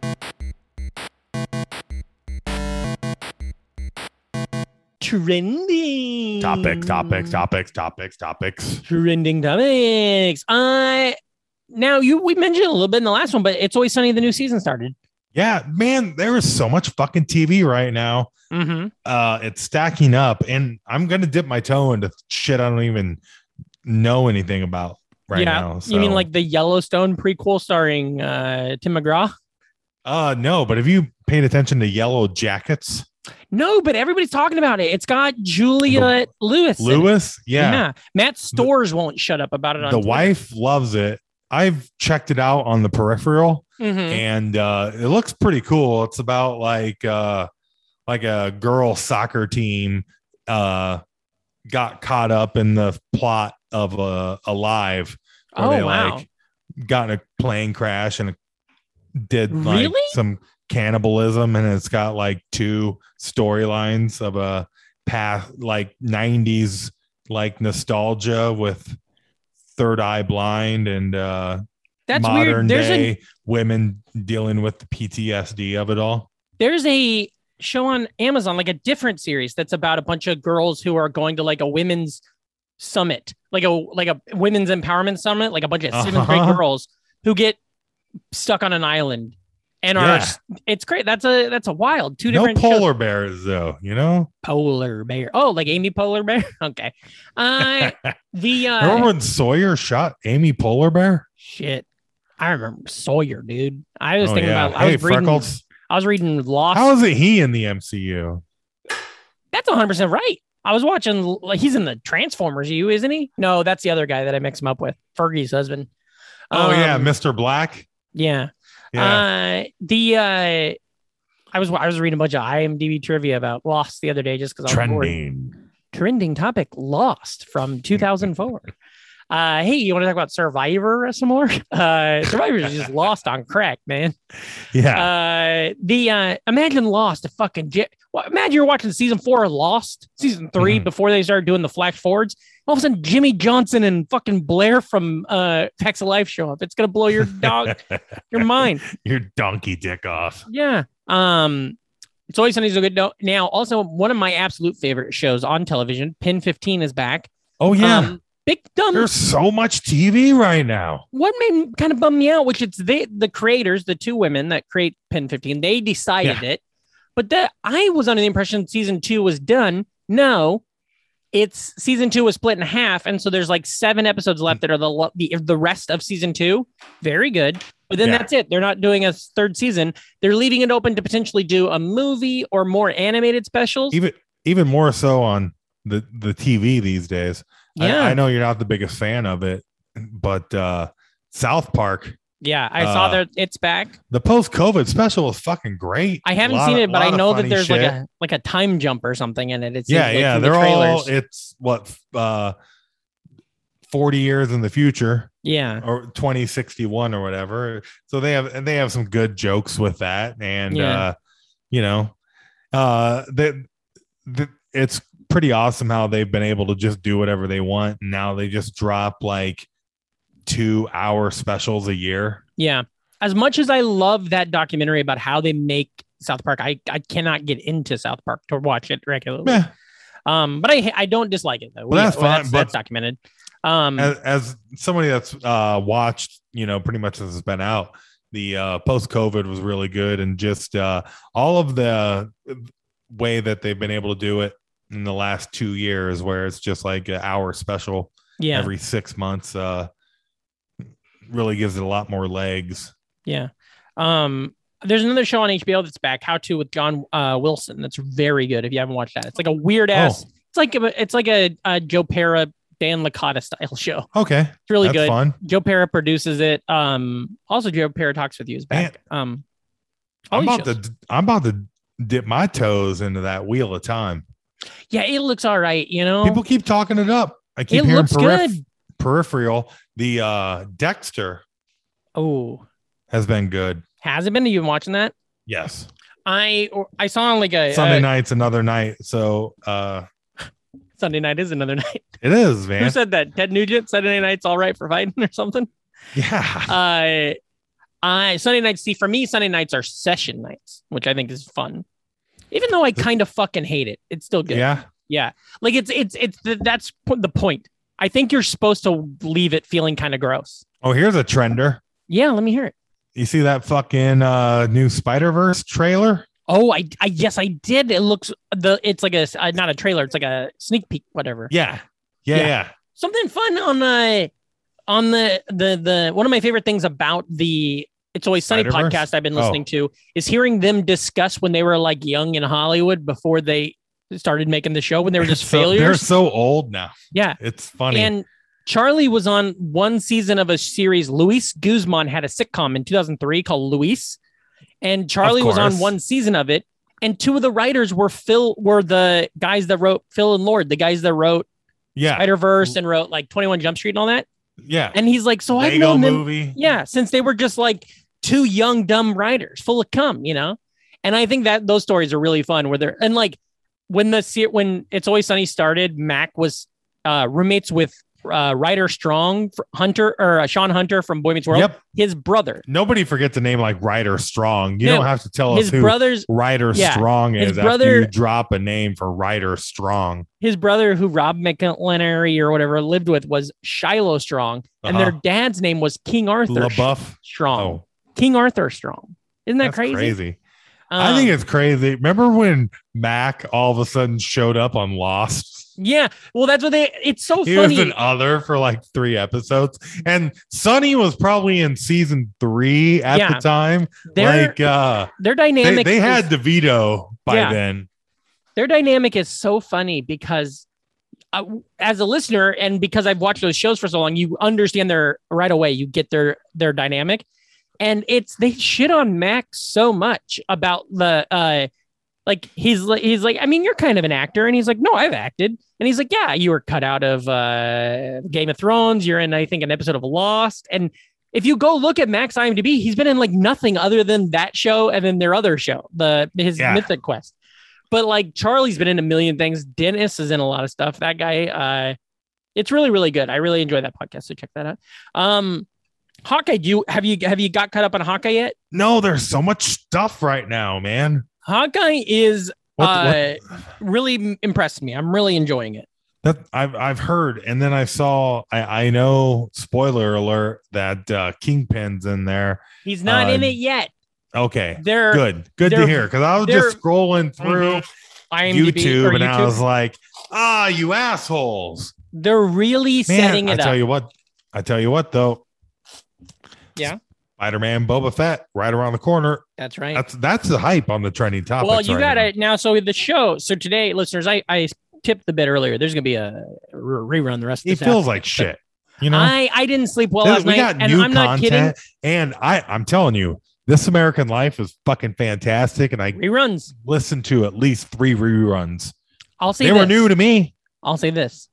Speaker 2: Trending
Speaker 3: Topics, topics,
Speaker 2: Mm.
Speaker 3: topics, topics, topics.
Speaker 2: trending topics. Uh now you we mentioned it a little bit in the last one, but it's always sunny. The new season started.
Speaker 3: Yeah, man, there is so much fucking TV right now.
Speaker 2: Mm-hmm.
Speaker 3: Uh, it's stacking up, and I'm gonna dip my toe into shit I don't even know anything about right
Speaker 2: Yeah,
Speaker 3: now.
Speaker 2: You mean
Speaker 3: so-
Speaker 2: like the Yellowstone prequel starring uh, Tim McGraw?
Speaker 3: Uh, no, but have you paid attention to Yellow Jackets?
Speaker 2: No, but everybody's talking about it. It's got Julia Lewis. in it.
Speaker 3: Lewis? Yeah.
Speaker 2: Matt Stores won't shut up about it. On
Speaker 3: the wife loves it. I've checked it out on the peripheral
Speaker 2: Mm-hmm.
Speaker 3: and uh, it looks pretty cool. It's about like uh, like a girl soccer team uh, got caught up in the plot of uh, Alive where
Speaker 2: Oh
Speaker 3: they
Speaker 2: wow.
Speaker 3: like got in a plane crash and did like
Speaker 2: Really?
Speaker 3: some cannibalism and it's got like two storylines of a path like 90s like nostalgia with third eye blind and uh
Speaker 2: That's
Speaker 3: modern
Speaker 2: weird. There's
Speaker 3: day
Speaker 2: a
Speaker 3: women dealing with the ptsd of it all
Speaker 2: there's a show on Amazon, like a different series that's about a bunch of girls who are going to like a women's summit, like a like a women's empowerment summit, like a bunch of seventh grade
Speaker 3: Uh-huh.
Speaker 2: girls who get stuck on an island and
Speaker 3: Yeah.
Speaker 2: are it's great. That's a that's a wild two
Speaker 3: no
Speaker 2: different shows.
Speaker 3: polar bears though you know
Speaker 2: polar bear. Oh, like Amy Polar Bear. okay. Uh the uh
Speaker 3: remember when sawyer shot amy polar bear
Speaker 2: shit. I remember Sawyer, dude. I was thinking about I
Speaker 3: Oh, hey
Speaker 2: was reading
Speaker 3: freckles
Speaker 2: I was reading Lost.
Speaker 3: how is it he in the mcu
Speaker 2: That's 100% right. I was watching, like, he's in the Transformers, you, isn't he? No, that's the other guy that I mix him up with, Fergie's husband.
Speaker 3: Oh yeah,
Speaker 2: Um,
Speaker 3: Mr. Black.
Speaker 2: yeah.
Speaker 3: Yeah.
Speaker 2: Uh, the, uh, I was, I was reading a bunch of IMDb trivia about Lost the other day just because I was bored. Trending topic Lost from 2004. uh, hey, you want to talk about Survivor some more? Uh, Survivor is just lost on crack, man.
Speaker 3: Yeah.
Speaker 2: Uh, the uh, imagine Lost a fucking j- well, imagine you're watching season four of Lost, season 3
Speaker 3: Mhm.
Speaker 2: before they started doing the flash forwards. All of a sudden, Jimmy Johnson and fucking Blair from uh, Facts of Life show up. It's gonna blow your dog, your mind.
Speaker 3: Your donkey dick off.
Speaker 2: Yeah. Um, it's always Sunny's a good note. Now, also one of my absolute favorite shows on television, Pin 15 is back.
Speaker 3: Oh yeah.
Speaker 2: Um, Big Dumb
Speaker 3: There's so much TV right now.
Speaker 2: what made kind of bummed me out, which it's they the creators, the two women that create Pen 15, they decided it. But that I was under the impression season two was done. No, it's season two was split in half, and so there's like seven episodes left that are the lo- the, the rest of season two. Very good, but then
Speaker 3: Yeah.
Speaker 2: that's it. They're not doing a third season. They're leaving it open to potentially do a movie or more animated specials.
Speaker 3: Even even more so on the the TV these days.
Speaker 2: yeah,
Speaker 3: I, I know you're not the biggest fan of it, but uh South Park,
Speaker 2: yeah, I saw
Speaker 3: uh,
Speaker 2: that it's back.
Speaker 3: the post COVID special was fucking great.
Speaker 2: I haven't
Speaker 3: Lot
Speaker 2: seen
Speaker 3: of-
Speaker 2: it, but
Speaker 3: lot
Speaker 2: I
Speaker 3: of
Speaker 2: know that
Speaker 3: funny
Speaker 2: there's like
Speaker 3: shit.
Speaker 2: a like a time jump or something in it. It's
Speaker 3: yeah,
Speaker 2: like
Speaker 3: yeah.
Speaker 2: from the
Speaker 3: They're all
Speaker 2: trailers.
Speaker 3: it's what uh 40 years in the future.
Speaker 2: yeah,
Speaker 3: or 2061 or whatever. So they have and they have some good jokes with that, and
Speaker 2: Yeah.
Speaker 3: uh, you know, uh, that that- it's pretty awesome how they've been able to just do whatever they want. Now they just drop like two hour specials a year.
Speaker 2: yeah. As much as I love that documentary about how they make South Park, I, I cannot get into South Park to watch it regularly.
Speaker 3: Meh.
Speaker 2: Um, but I I don't dislike it though.
Speaker 3: Well, that's fine,
Speaker 2: That's,
Speaker 3: but-
Speaker 2: that's documented. Um,
Speaker 3: as, as somebody that's uh, watched, you know, pretty much since it's been out, the uh, post COVID was really good, and just uh, all of the uh, way that they've been able to do it in the last two years, where it's just like an hour special
Speaker 2: yeah.
Speaker 3: every six months, uh, really gives it a lot more legs.
Speaker 2: Yeah. Um, there's another show on HBO that's back, How to with John uh, Wilson. That's very good. If you haven't watched that, it's like a weird ass.
Speaker 3: Oh.
Speaker 2: It's like a, it's like a, a Joe Para Dan Licata style show. It's
Speaker 3: Oh, okay,
Speaker 2: really
Speaker 3: that's
Speaker 2: good.
Speaker 3: fun.
Speaker 2: Joe Para produces it. Um, also Joe Para talks with you is back. Um, all
Speaker 3: I'm
Speaker 2: these
Speaker 3: about
Speaker 2: shows.
Speaker 3: to I'm about to dip my toes into that wheel of time.
Speaker 2: yeah, it looks all right. You know,
Speaker 3: People keep talking it up. I keep
Speaker 2: it
Speaker 3: hearing
Speaker 2: looks
Speaker 3: periph-
Speaker 2: good.
Speaker 3: peripheral. The uh Dexter
Speaker 2: Oh,
Speaker 3: has been good.
Speaker 2: has it been? Have you been watching that?
Speaker 3: Yes.
Speaker 2: I or- I saw like a
Speaker 3: Sunday
Speaker 2: uh,
Speaker 3: night's another night. So uh
Speaker 2: Sunday night is another night.
Speaker 3: it is,
Speaker 2: Who
Speaker 3: man.
Speaker 2: said that? Ted Nugent. Sunday night's all right for fighting or something.
Speaker 3: yeah.
Speaker 2: uh I Sunday nights see for me Sunday nights are session nights, which I think is fun. Even though I kind of fucking hate it, it's still good.
Speaker 3: yeah.
Speaker 2: Like it's it's it's the, that's p- the point. I think you're supposed to leave it feeling kind of gross.
Speaker 3: Oh, here's a trender.
Speaker 2: Yeah, let me hear it.
Speaker 3: You see that fucking uh new Spider-Verse trailer?
Speaker 2: Oh, I, I yes, I did. It looks the it's like a uh, not a trailer, it's like a sneak peek whatever.
Speaker 3: Yeah. Yeah,
Speaker 2: Yeah.
Speaker 3: yeah.
Speaker 2: something fun on uh on the the the one of my favorite things about the it's always sunny
Speaker 3: Spider-Verse?
Speaker 2: podcast i've been
Speaker 3: Oh.
Speaker 2: listening to is hearing them discuss when they were like young in hollywood before they started making the show when they were just
Speaker 3: So- They're
Speaker 2: failures
Speaker 3: so old now.
Speaker 2: yeah
Speaker 3: It's funny.
Speaker 2: and charlie was on one season of a series luis guzman had a sitcom in 2003 called luis and charlie was on
Speaker 3: course.
Speaker 2: one season of it and two of the writers were phil were the guys that wrote phil and lord the guys that wrote
Speaker 3: yeah.
Speaker 2: Spider Verse and wrote like 21 Jump Street and all that.
Speaker 3: Yeah.
Speaker 2: And he's like, so I've
Speaker 3: Lego
Speaker 2: known them,
Speaker 3: movie.
Speaker 2: yeah, since they were just like two young dumb writers, full of cum, you know. And I think that those stories are really fun. Where they're and like when the se- when It's Always Sunny started, Mac was uh, roommates with uh, writer Strong fr- Hunter or uh, Sean Hunter from Boy Meets World,
Speaker 3: Yep.
Speaker 2: his brother.
Speaker 3: Nobody forgets a name like Ryder Strong. You
Speaker 2: No,
Speaker 3: don't have to tell
Speaker 2: His
Speaker 3: us Oh, who
Speaker 2: brother's
Speaker 3: Ryder
Speaker 2: Yeah.
Speaker 3: Strong
Speaker 2: His
Speaker 3: is after
Speaker 2: brother-
Speaker 3: you drop a name for Ryder Strong.
Speaker 2: his brother, who Rob McElhenney or whatever lived with, was Shiloh Strong, and their
Speaker 3: Uh-huh.
Speaker 2: dad's name was King Arthur
Speaker 3: LaBeouf.
Speaker 2: Strong.
Speaker 3: Oh,
Speaker 2: King Arthur Strong. Isn't that
Speaker 3: that's
Speaker 2: crazy?
Speaker 3: crazy. I
Speaker 2: Um,
Speaker 3: think it's crazy. Remember when Mac all of a sudden showed up on Lost?
Speaker 2: Yeah. Well, that's what they. It's so
Speaker 3: He
Speaker 2: funny.
Speaker 3: was an other for like three episodes, and Sonny was probably in season three at
Speaker 2: Yeah.
Speaker 3: the time.
Speaker 2: their
Speaker 3: like uh,
Speaker 2: their
Speaker 3: they,
Speaker 2: dynamic.
Speaker 3: they had
Speaker 2: is-
Speaker 3: DeVito by
Speaker 2: Yeah.
Speaker 3: then.
Speaker 2: their dynamic is so funny because, uh, as a listener, and because I've watched those shows for so long, you understand their right away. You get their their dynamic, and it's they shit on Max so much about the. uh like he's like he's like I mean you're kind of an actor and he's like no I've acted and he's like yeah you were cut out of uh, Game of Thrones you're in I think an episode of Lost and if you go look at Max IMDb, he's been in like nothing other than that show and then their other show, the his
Speaker 3: Yeah.
Speaker 2: Mythic Quest. But like Charlie's been in a million things. Dennis is in a lot of stuff. That guy, uh, it's really really good. I really enjoy that podcast, so check that out. Um, Hawkeye, do you have you have you got caught up on Hawkeye yet?
Speaker 3: No, there's so much stuff right now, man.
Speaker 2: Hawkeye is
Speaker 3: What, what
Speaker 2: uh, really m- impressed me. I'm really enjoying it.
Speaker 3: That I've I've heard, and then I saw. I, I know. Spoiler alert! That uh, Kingpin's in there.
Speaker 2: He's not in
Speaker 3: Uh,
Speaker 2: it yet.
Speaker 3: Okay,
Speaker 2: They're
Speaker 3: good, good
Speaker 2: they're-
Speaker 3: to hear. Because I was just
Speaker 2: they're-
Speaker 3: scrolling through
Speaker 2: IMDb
Speaker 3: YouTube,
Speaker 2: or
Speaker 3: and I
Speaker 2: YouTube.
Speaker 3: was like, "Ah, you assholes!"
Speaker 2: they're really setting
Speaker 3: Man, I
Speaker 2: it
Speaker 3: tell
Speaker 2: up.
Speaker 3: you what, I tell you what though.
Speaker 2: Yeah.
Speaker 3: Spider-Man, Boba Fett, right around the corner.
Speaker 2: That's right.
Speaker 3: That's that's the hype on the trending topics.
Speaker 2: Well, you
Speaker 3: right
Speaker 2: got
Speaker 3: now.
Speaker 2: it now. So the show. So today, listeners, I I tipped the bit earlier. There's gonna be a re- rerun the rest of
Speaker 3: It
Speaker 2: this.
Speaker 3: feels
Speaker 2: afternoon.
Speaker 3: like shit. You know,
Speaker 2: I I didn't sleep well
Speaker 3: Dude,
Speaker 2: last night,
Speaker 3: we got
Speaker 2: and
Speaker 3: new
Speaker 2: I'm not kidding.
Speaker 3: content, and I I'm telling you, this American Life is fucking fantastic, and I
Speaker 2: Reruns.
Speaker 3: listened to at least three reruns.
Speaker 2: I'll say
Speaker 3: they
Speaker 2: this.
Speaker 3: were new to me.
Speaker 2: I'll say this.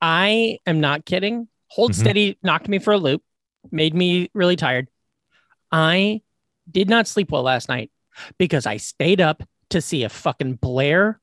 Speaker 2: I am not kidding. Hold
Speaker 3: Mhm.
Speaker 2: steady knocked me for a loop, made me really tired. I did not sleep well last night because I stayed up to see if fucking Blair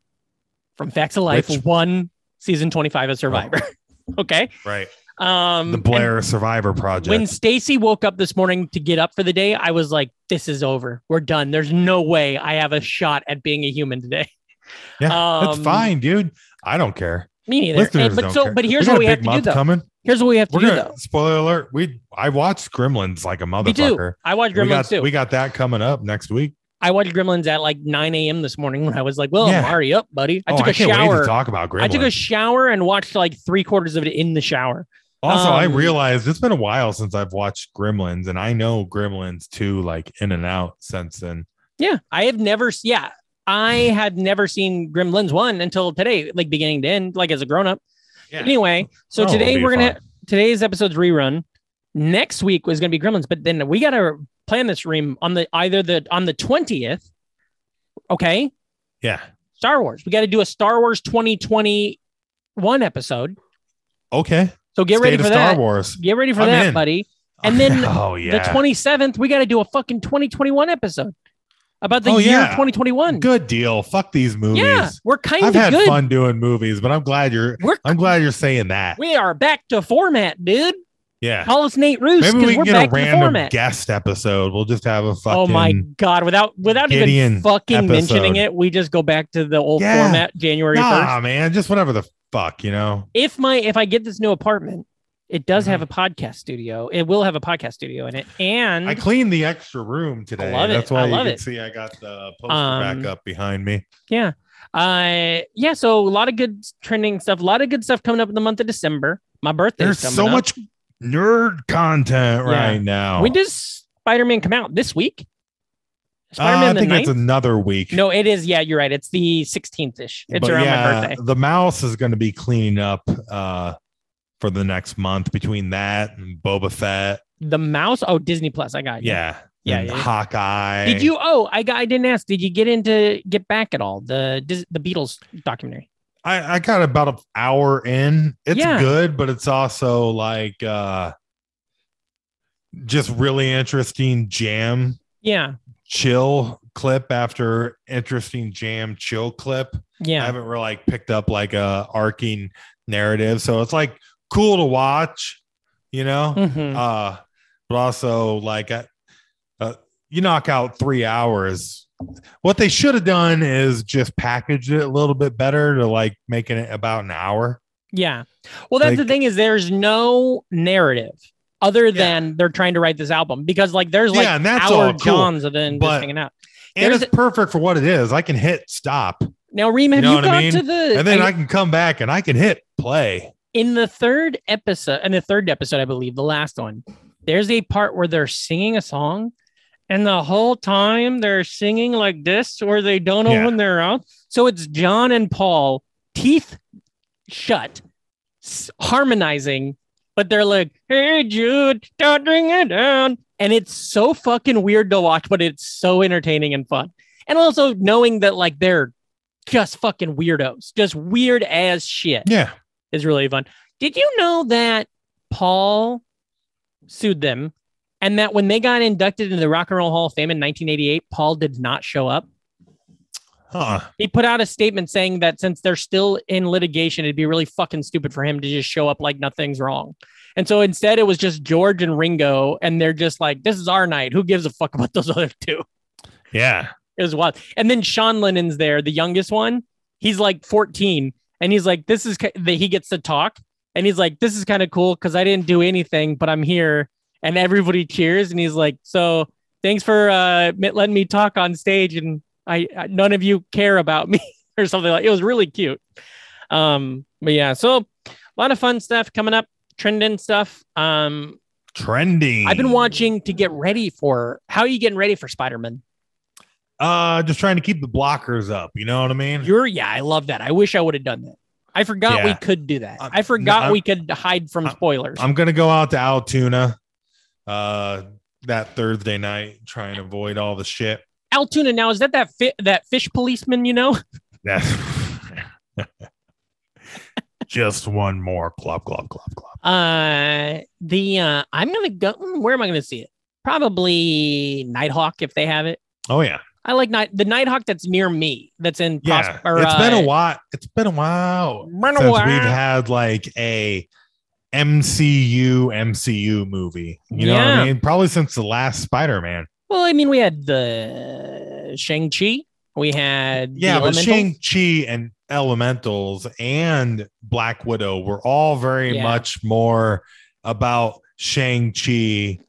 Speaker 2: from Facts of Life
Speaker 3: Which-
Speaker 2: won season 25 of Survivor. okay.
Speaker 3: Right.
Speaker 2: Um
Speaker 3: The
Speaker 2: and
Speaker 3: Blair Survivor Project.
Speaker 2: When Stacy woke up this morning to get up for the day, I was like, "This is over. We're done. There's no way I have a shot at being a human today."
Speaker 3: yeah, that's
Speaker 2: um,
Speaker 3: fine, dude. I don't care.
Speaker 2: Me neither.
Speaker 3: Listeners
Speaker 2: And- but
Speaker 3: don't
Speaker 2: so,
Speaker 3: care.
Speaker 2: but here's
Speaker 3: got
Speaker 2: what
Speaker 3: a
Speaker 2: we have to
Speaker 3: big
Speaker 2: do
Speaker 3: month
Speaker 2: though.
Speaker 3: Coming.
Speaker 2: Here's what we have to
Speaker 3: We're
Speaker 2: do
Speaker 3: gonna
Speaker 2: though.
Speaker 3: spoiler alert. We I watched Gremlins like a
Speaker 2: We
Speaker 3: motherfucker.
Speaker 2: do. I watched Gremlins
Speaker 3: we got
Speaker 2: too.
Speaker 3: we got that coming up next week.
Speaker 2: I watched Gremlins at like 9 a.m. this morning when I was like, "Well, I'm
Speaker 3: Yeah.
Speaker 2: already up, buddy." I
Speaker 3: Oh,
Speaker 2: took a
Speaker 3: I can't wait
Speaker 2: shower.
Speaker 3: to talk about Gremlins.
Speaker 2: I took a shower and watched like three quarters of it in the shower.
Speaker 3: also, I
Speaker 2: um,
Speaker 3: realized it's been a while since I've watched Gremlins, and I know Gremlins too, like in and out since then.
Speaker 2: Yeah, I have never. s- Yeah, I had never seen Gremlins one until today, like beginning to end, like as a grown up.
Speaker 3: Yeah.
Speaker 2: Anyway, so
Speaker 3: Oh, it'll
Speaker 2: today
Speaker 3: be
Speaker 2: we're gonna
Speaker 3: fun.
Speaker 2: today's episode's rerun. Next week was gonna be Gremlins, but then we gotta plan this ream on the either the on the twentieth. Okay,
Speaker 3: Yeah.
Speaker 2: Star Wars. We got to do a Star Wars 2021 episode.
Speaker 3: Okay.
Speaker 2: So get
Speaker 3: State
Speaker 2: ready
Speaker 3: of
Speaker 2: for
Speaker 3: Star
Speaker 2: that.
Speaker 3: Wars.
Speaker 2: Get ready for
Speaker 3: I'm
Speaker 2: that,
Speaker 3: in.
Speaker 2: buddy. And then
Speaker 3: oh yeah.
Speaker 2: The 27th, we got to do a fucking 2021 episode about the
Speaker 3: Oh,
Speaker 2: year
Speaker 3: yeah.
Speaker 2: 2021.
Speaker 3: good deal. Fuck these movies.
Speaker 2: Yeah, we're kind
Speaker 3: I've
Speaker 2: of
Speaker 3: had
Speaker 2: good.
Speaker 3: fun Uh, doing movies, but I'm glad you're.
Speaker 2: We're
Speaker 3: I'm glad you're saying that.
Speaker 2: we are back to format, dude.
Speaker 3: Yeah.
Speaker 2: Call us Nate Roos
Speaker 3: Maybe we
Speaker 2: because
Speaker 3: can
Speaker 2: we're
Speaker 3: get
Speaker 2: back
Speaker 3: a
Speaker 2: to
Speaker 3: random
Speaker 2: format.
Speaker 3: guest episode. We'll just have a fucking.
Speaker 2: Oh my god! Without without even
Speaker 3: Gideon
Speaker 2: fucking mentioning
Speaker 3: episode.
Speaker 2: it, we just go back to the old
Speaker 3: Yeah.
Speaker 2: format, January first.
Speaker 3: Nah, man, just whatever the fuck, you know.
Speaker 2: If my if I get this new apartment, it does
Speaker 3: Mhm.
Speaker 2: have a podcast studio. It will have a podcast studio in it, and
Speaker 3: I cleaned the extra room today.
Speaker 2: love it.
Speaker 3: That's why
Speaker 2: Mm-hmm. I
Speaker 3: you
Speaker 2: love
Speaker 3: can
Speaker 2: it.
Speaker 3: see I got the poster
Speaker 2: Um,
Speaker 3: back up behind me.
Speaker 2: Yeah. Uh yeah, so a lot of good trending stuff, a lot of good stuff coming up in the month of December. My birthday's
Speaker 3: There's
Speaker 2: coming
Speaker 3: so
Speaker 2: up.
Speaker 3: much nerd content
Speaker 2: Yeah.
Speaker 3: right now.
Speaker 2: When does Spider-Man come out? This week?
Speaker 3: Uh, I
Speaker 2: Spider-Man the
Speaker 3: think it's
Speaker 2: 9th?
Speaker 3: another week.
Speaker 2: no, it is. Yeah, you're right. It's the 16th ish. It's
Speaker 3: But
Speaker 2: around
Speaker 3: yeah,
Speaker 2: my birthday.
Speaker 3: The mouse is going to be cleaning up uh, for the next month between that and Boba Fett.
Speaker 2: The mouse. Oh, Disney Plus. I got you.
Speaker 3: Yeah.
Speaker 2: Yeah,
Speaker 3: And
Speaker 2: yeah.
Speaker 3: Hawkeye.
Speaker 2: Did you? Oh, I got. I didn't ask. Did you get into Get Back at all? The Dis- the Beatles documentary.
Speaker 3: I, I got about an hour in. It's
Speaker 2: Yeah.
Speaker 3: good, but it's also like uh just really interesting jam
Speaker 2: Yeah,
Speaker 3: chill clip after interesting jam chill clip. I
Speaker 2: yeah.
Speaker 3: haven't really like picked up like a arcing narrative. So it's like cool to watch, you know?
Speaker 2: Mhm.
Speaker 3: Uh but also like I, uh, you knock out 3 hours. What they should have done is just packaged it a little bit better to like making it about an hour.
Speaker 2: Yeah. Well, that's the
Speaker 3: Like-
Speaker 2: thing is there's no narrative other
Speaker 3: Yeah.
Speaker 2: than they're trying to write this album because like there's like
Speaker 3: Yeah, and that's
Speaker 2: hour
Speaker 3: all cool,
Speaker 2: Johns of them just
Speaker 3: but-
Speaker 2: hanging out.
Speaker 3: And
Speaker 2: There's-
Speaker 3: it's perfect for what it is. I can hit stop
Speaker 2: Now, Reem, have
Speaker 3: know
Speaker 2: you,
Speaker 3: what I
Speaker 2: gone
Speaker 3: mean?
Speaker 2: to the
Speaker 3: and then
Speaker 2: I-
Speaker 3: I can come back and I can hit play.
Speaker 2: in the third episode in the third episode, I believe, the last one, there's a part where they're singing a song and the whole time they're singing like this where they don't know
Speaker 3: Yeah.
Speaker 2: when they're out. So it's John and Paul, teeth shut, s- harmonizing, but they're like, hey, Jude, don't bring it down. And it's so fucking weird to watch, but it's so entertaining and fun. And also knowing that like they're just fucking weirdos, just weird as shit
Speaker 3: Yeah.
Speaker 2: is really fun. Did you know that Paul sued them and that when they got inducted into the Rock and Roll Hall of Fame in 1988, Paul did not show up?
Speaker 3: Huh.
Speaker 2: He put out a statement saying that since they're still in litigation, it'd be really fucking stupid for him to just show up like nothing's wrong. And so instead, it was just George and Ringo, and they're just like, this is our night. Who gives a fuck about those other two?
Speaker 3: Yeah.
Speaker 2: It was wild. And then Sean Lennon's there, the youngest one. He's like 14, and he's like, "This is ki- that he gets to talk." And he's like, "This is kind of cool because I didn't do anything, but I'm here." And everybody cheers, and he's like, "So thanks for uh, mi- letting me talk on stage, and I, I none of you care about me or something like." It was really cute. Um, but yeah, so a lot of fun stuff coming up, trending stuff. Um,
Speaker 3: Trending.
Speaker 2: I've been watching to get ready for. How are you getting ready for Spider Man?
Speaker 3: Uh, just trying to keep the blockers up. You know what I mean?
Speaker 2: You're yeah, I love that. I wish I would have done that. I forgot we
Speaker 3: Hmm. Yeah.
Speaker 2: could do that.
Speaker 3: I'm-
Speaker 2: I forgot
Speaker 3: no, I'm-
Speaker 2: we could hide from
Speaker 3: I'm-
Speaker 2: spoilers.
Speaker 3: I'm gonna go out to Altoona, uh, that Thursday night, try and avoid all the shit.
Speaker 2: Altoona now is that that fi- that fish policeman? You know,
Speaker 3: That's just one more glop glop glop glop.
Speaker 2: uh, the uh, I'm gonna go. mm, Where am I gonna see it? Probably Nighthawk if they have it.
Speaker 3: Oh yeah,
Speaker 2: I like night the Nighthawk that's near me. That's in
Speaker 3: yeah.
Speaker 2: Pros- or,
Speaker 3: it's been
Speaker 2: uh,
Speaker 3: a while. It's been a while
Speaker 2: Been a
Speaker 3: since
Speaker 2: while.
Speaker 3: we've had like a MCU MCU movie. You know what
Speaker 2: Yeah.
Speaker 3: I mean? Probably since the last Spider Man.
Speaker 2: Well, I mean, we had the Shang Chi. We had the
Speaker 3: yeah, but
Speaker 2: Elementals.
Speaker 3: Shang Chi and Elementals and Black Widow were all very
Speaker 2: Yeah.
Speaker 3: much more about Shang Chi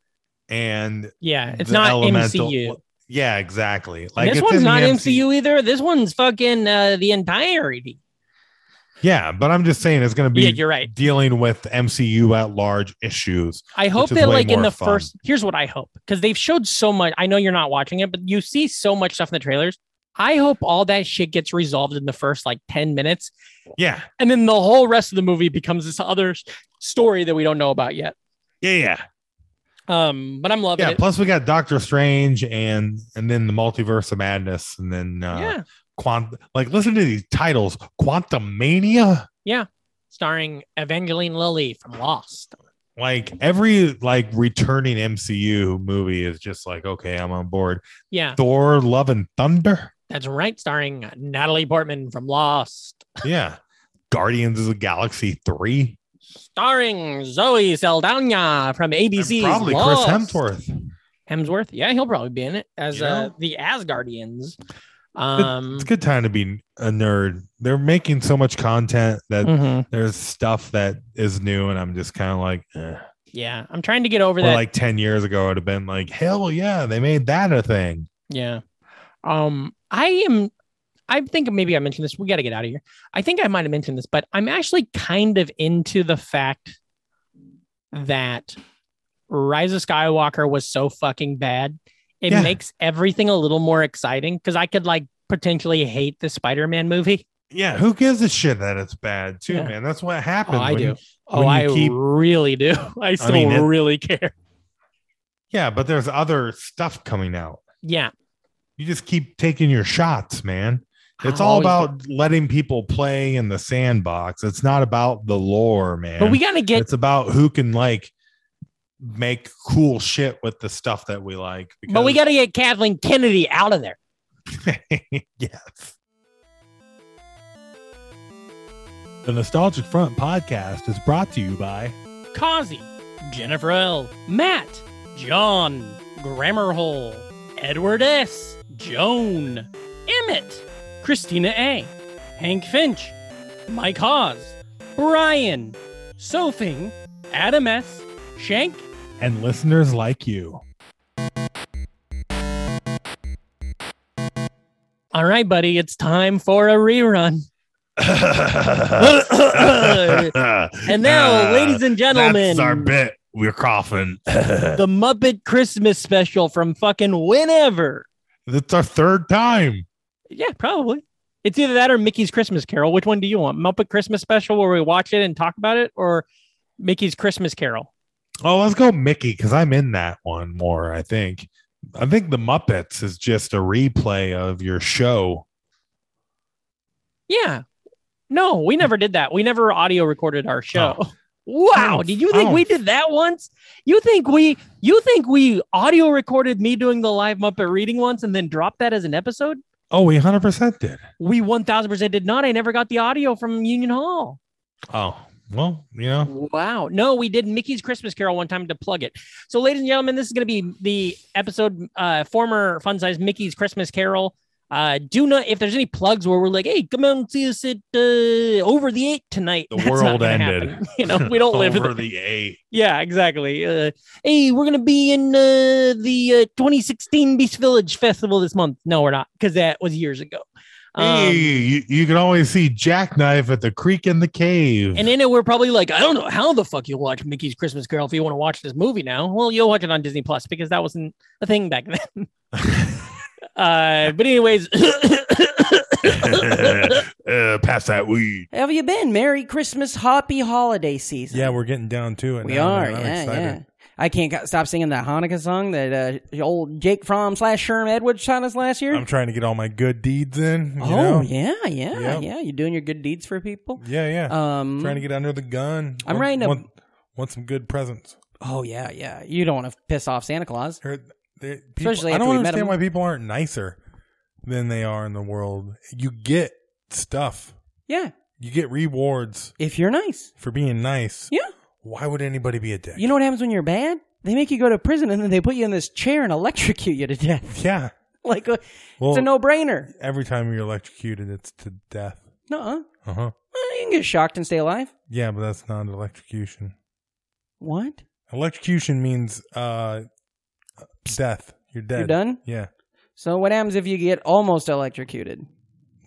Speaker 3: and
Speaker 2: yeah, it's
Speaker 3: the
Speaker 2: not
Speaker 3: elemental-
Speaker 2: MCU.
Speaker 3: Yeah, exactly.
Speaker 2: And this
Speaker 3: it's
Speaker 2: one's
Speaker 3: in the
Speaker 2: not MCU either. This one's fucking uh, the entirety.
Speaker 3: Yeah, but I'm just saying it's going to be
Speaker 2: yeah, you're right.
Speaker 3: dealing with MCU at large issues.
Speaker 2: I hope
Speaker 3: is
Speaker 2: that
Speaker 3: way
Speaker 2: like in
Speaker 3: more
Speaker 2: the
Speaker 3: fun.
Speaker 2: first here's what I hope because they've showed so much. I know you're not watching it, but you see so much stuff in the trailers. I hope all that shit gets resolved in the first like 10 minutes.
Speaker 3: Yeah,
Speaker 2: And then the whole rest of the movie becomes this other s- story that we don't know about yet.
Speaker 3: yeah, yeah,
Speaker 2: Um, but I'm loving
Speaker 3: yeah.
Speaker 2: it.
Speaker 3: Plus, we got Doctor Strange and and then the Multiverse of Madness and then uh,
Speaker 2: yeah.
Speaker 3: Quant. Like, listen to these titles: Quantum Mania.
Speaker 2: Starring Evangeline Lilly from Lost.
Speaker 3: like every like returning MCU movie is just like okay, I'm on board.
Speaker 2: Yeah,
Speaker 3: Thor: Love and Thunder,
Speaker 2: that's right. Starring Natalie Portman from Lost.
Speaker 3: yeah. Guardians of the Galaxy three,
Speaker 2: Starring Zoe Saldana from
Speaker 3: and
Speaker 2: ABC.
Speaker 3: probably
Speaker 2: Lost.
Speaker 3: Chris Hemsworth.
Speaker 2: Hemsworth. Yeah, he'll probably be in it as
Speaker 3: You
Speaker 2: uh,
Speaker 3: know?
Speaker 2: the Asgardians. Um,
Speaker 3: It's a good time to be a nerd. They're making so much content that
Speaker 2: mhm.
Speaker 3: there's stuff that is new, and I'm just kind of like, eh.
Speaker 2: yeah, I'm trying to get over
Speaker 3: or
Speaker 2: that.
Speaker 3: like ten years ago, I'd have been like, hell yeah, they made that a thing.
Speaker 2: yeah, um, I am. I think maybe I mentioned this. We got to get out of here. I think I might have mentioned this, but I'm actually kind of into the fact that Rise of Skywalker was so fucking bad. It
Speaker 3: Yeah.
Speaker 2: makes everything a little more exciting because I could like potentially hate the Spider-Man movie.
Speaker 3: Yeah, who gives a shit that it's bad too,
Speaker 2: Yeah.
Speaker 3: man? That's what happens.
Speaker 2: I
Speaker 3: when
Speaker 2: do.
Speaker 3: you-
Speaker 2: Oh,
Speaker 3: when
Speaker 2: I
Speaker 3: you keep-
Speaker 2: really do. I still
Speaker 3: mean, it-
Speaker 2: really care.
Speaker 3: yeah, but there's other stuff coming out.
Speaker 2: Yeah.
Speaker 3: you just keep taking your shots, man. It's
Speaker 2: I'll
Speaker 3: all
Speaker 2: always do
Speaker 3: about letting people play in the sandbox. It's not about the lore, man.
Speaker 2: But we got to get
Speaker 3: it's about who can like make cool shit with the stuff that we like.
Speaker 2: but we got to get Kathleen Kennedy out of there.
Speaker 3: yes. The Nostalgic Front podcast is brought to you by
Speaker 2: Kazi, Jennifer L, Matt, John, Grammarhole, Edward S, Joan, Emmett, Christina A, Hank Finch, Mike Hawes, Brian, Sophing, Adam S, Shank,
Speaker 3: and listeners like you.
Speaker 2: All right, buddy, it's time for a rerun. And now, ladies and gentlemen,
Speaker 3: Ah, that's our bit. We're coughing.
Speaker 2: the Muppet Christmas special from fucking whenever.
Speaker 3: That's our third time.
Speaker 2: Yeah, probably. It's either that or Mickey's Christmas Carol. Which one do you want? Muppet Christmas special where we watch it and talk about it or Mickey's Christmas Carol?
Speaker 3: Oh, let's go Mickey because I'm in that one more. I think. I think the Muppets is just a replay of your show.
Speaker 2: Yeah. No, we never did that. We never audio recorded our show.
Speaker 3: I
Speaker 2: Wow,
Speaker 3: don't-
Speaker 2: did you
Speaker 3: I
Speaker 2: think
Speaker 3: don't-
Speaker 2: we did that once? You think we you think we audio recorded me doing the live Muppet reading once and then dropped that as an episode?
Speaker 3: Oh, we hundred percent did.
Speaker 2: We 1000% did not. I never got the audio from Union Hall.
Speaker 3: Oh, well, you know,
Speaker 2: Wow. No, we did Mickey's Christmas Carol one time to plug it. So, ladies and gentlemen, this is going to be the episode, uh, former fun size Mickey's Christmas Carol. Uh, do not, if there's any plugs where we're like, hey, come out and see us at uh, Over the Eight tonight.
Speaker 3: the
Speaker 2: that's not
Speaker 3: world
Speaker 2: gonna
Speaker 3: ended.
Speaker 2: happen. You know, we don't live in
Speaker 3: over the eight.
Speaker 2: yeah, exactly. Uh, hey, we're gonna be in uh, the uh, 2016 Beast Village Festival this month. No, we're not, because that was years ago.
Speaker 3: hey,
Speaker 2: Um,
Speaker 3: you, you can always see Jackknife at the creek in the cave.
Speaker 2: And in it, we're probably like, I don't know how the fuck you watch Mickey's Christmas Carol if you want to watch this movie now. Well, you'll watch it on Disney Plus because that wasn't a thing back then. uh, but anyways,
Speaker 3: uh, pass that weed.
Speaker 6: Have you been? Merry Christmas, happy holiday season.
Speaker 3: Yeah, we're getting down to it.
Speaker 6: we
Speaker 3: now,
Speaker 6: are.
Speaker 3: man. I'm
Speaker 6: yeah,
Speaker 3: excited.
Speaker 6: yeah. I can't go- stop singing that Hanukkah song that uh, old Jake Fromm slash Sherm Edwards taught us last year.
Speaker 3: I'm trying to get all my good deeds in. You
Speaker 6: oh
Speaker 3: know?
Speaker 6: yeah, yeah,
Speaker 3: Yep.
Speaker 6: yeah. You're doing your good deeds for people.
Speaker 3: yeah, yeah.
Speaker 6: Um,
Speaker 3: trying to get under the gun.
Speaker 6: I'm
Speaker 3: Want-
Speaker 6: writing a-
Speaker 3: want, want some good presents.
Speaker 6: oh yeah, yeah. You don't want to piss off Santa Claus.
Speaker 3: There- there- people-
Speaker 6: Especially
Speaker 3: I
Speaker 6: after
Speaker 3: don't
Speaker 6: we met
Speaker 3: understand
Speaker 6: him.
Speaker 3: why people aren't nicer than they are in the world. You get stuff.
Speaker 6: Yeah,
Speaker 3: You get rewards
Speaker 6: if you're nice.
Speaker 3: for being nice.
Speaker 6: Yeah.
Speaker 3: Why would anybody be a dick?
Speaker 6: You know what happens when you're bad? They make you go to prison and then they put you in this chair and electrocute you to death.
Speaker 3: Yeah.
Speaker 6: like, uh,
Speaker 7: Well,
Speaker 6: it's a no-brainer.
Speaker 7: every time you're electrocuted, it's to death.
Speaker 6: No,
Speaker 7: Uh
Speaker 3: Uh-huh.
Speaker 7: huh.
Speaker 6: you can get shocked and stay alive.
Speaker 7: Yeah, but that's not electrocution.
Speaker 6: What?
Speaker 7: Electrocution means uh, death. You're dead.
Speaker 6: You're done.
Speaker 7: Yeah.
Speaker 6: So what happens if you get almost electrocuted?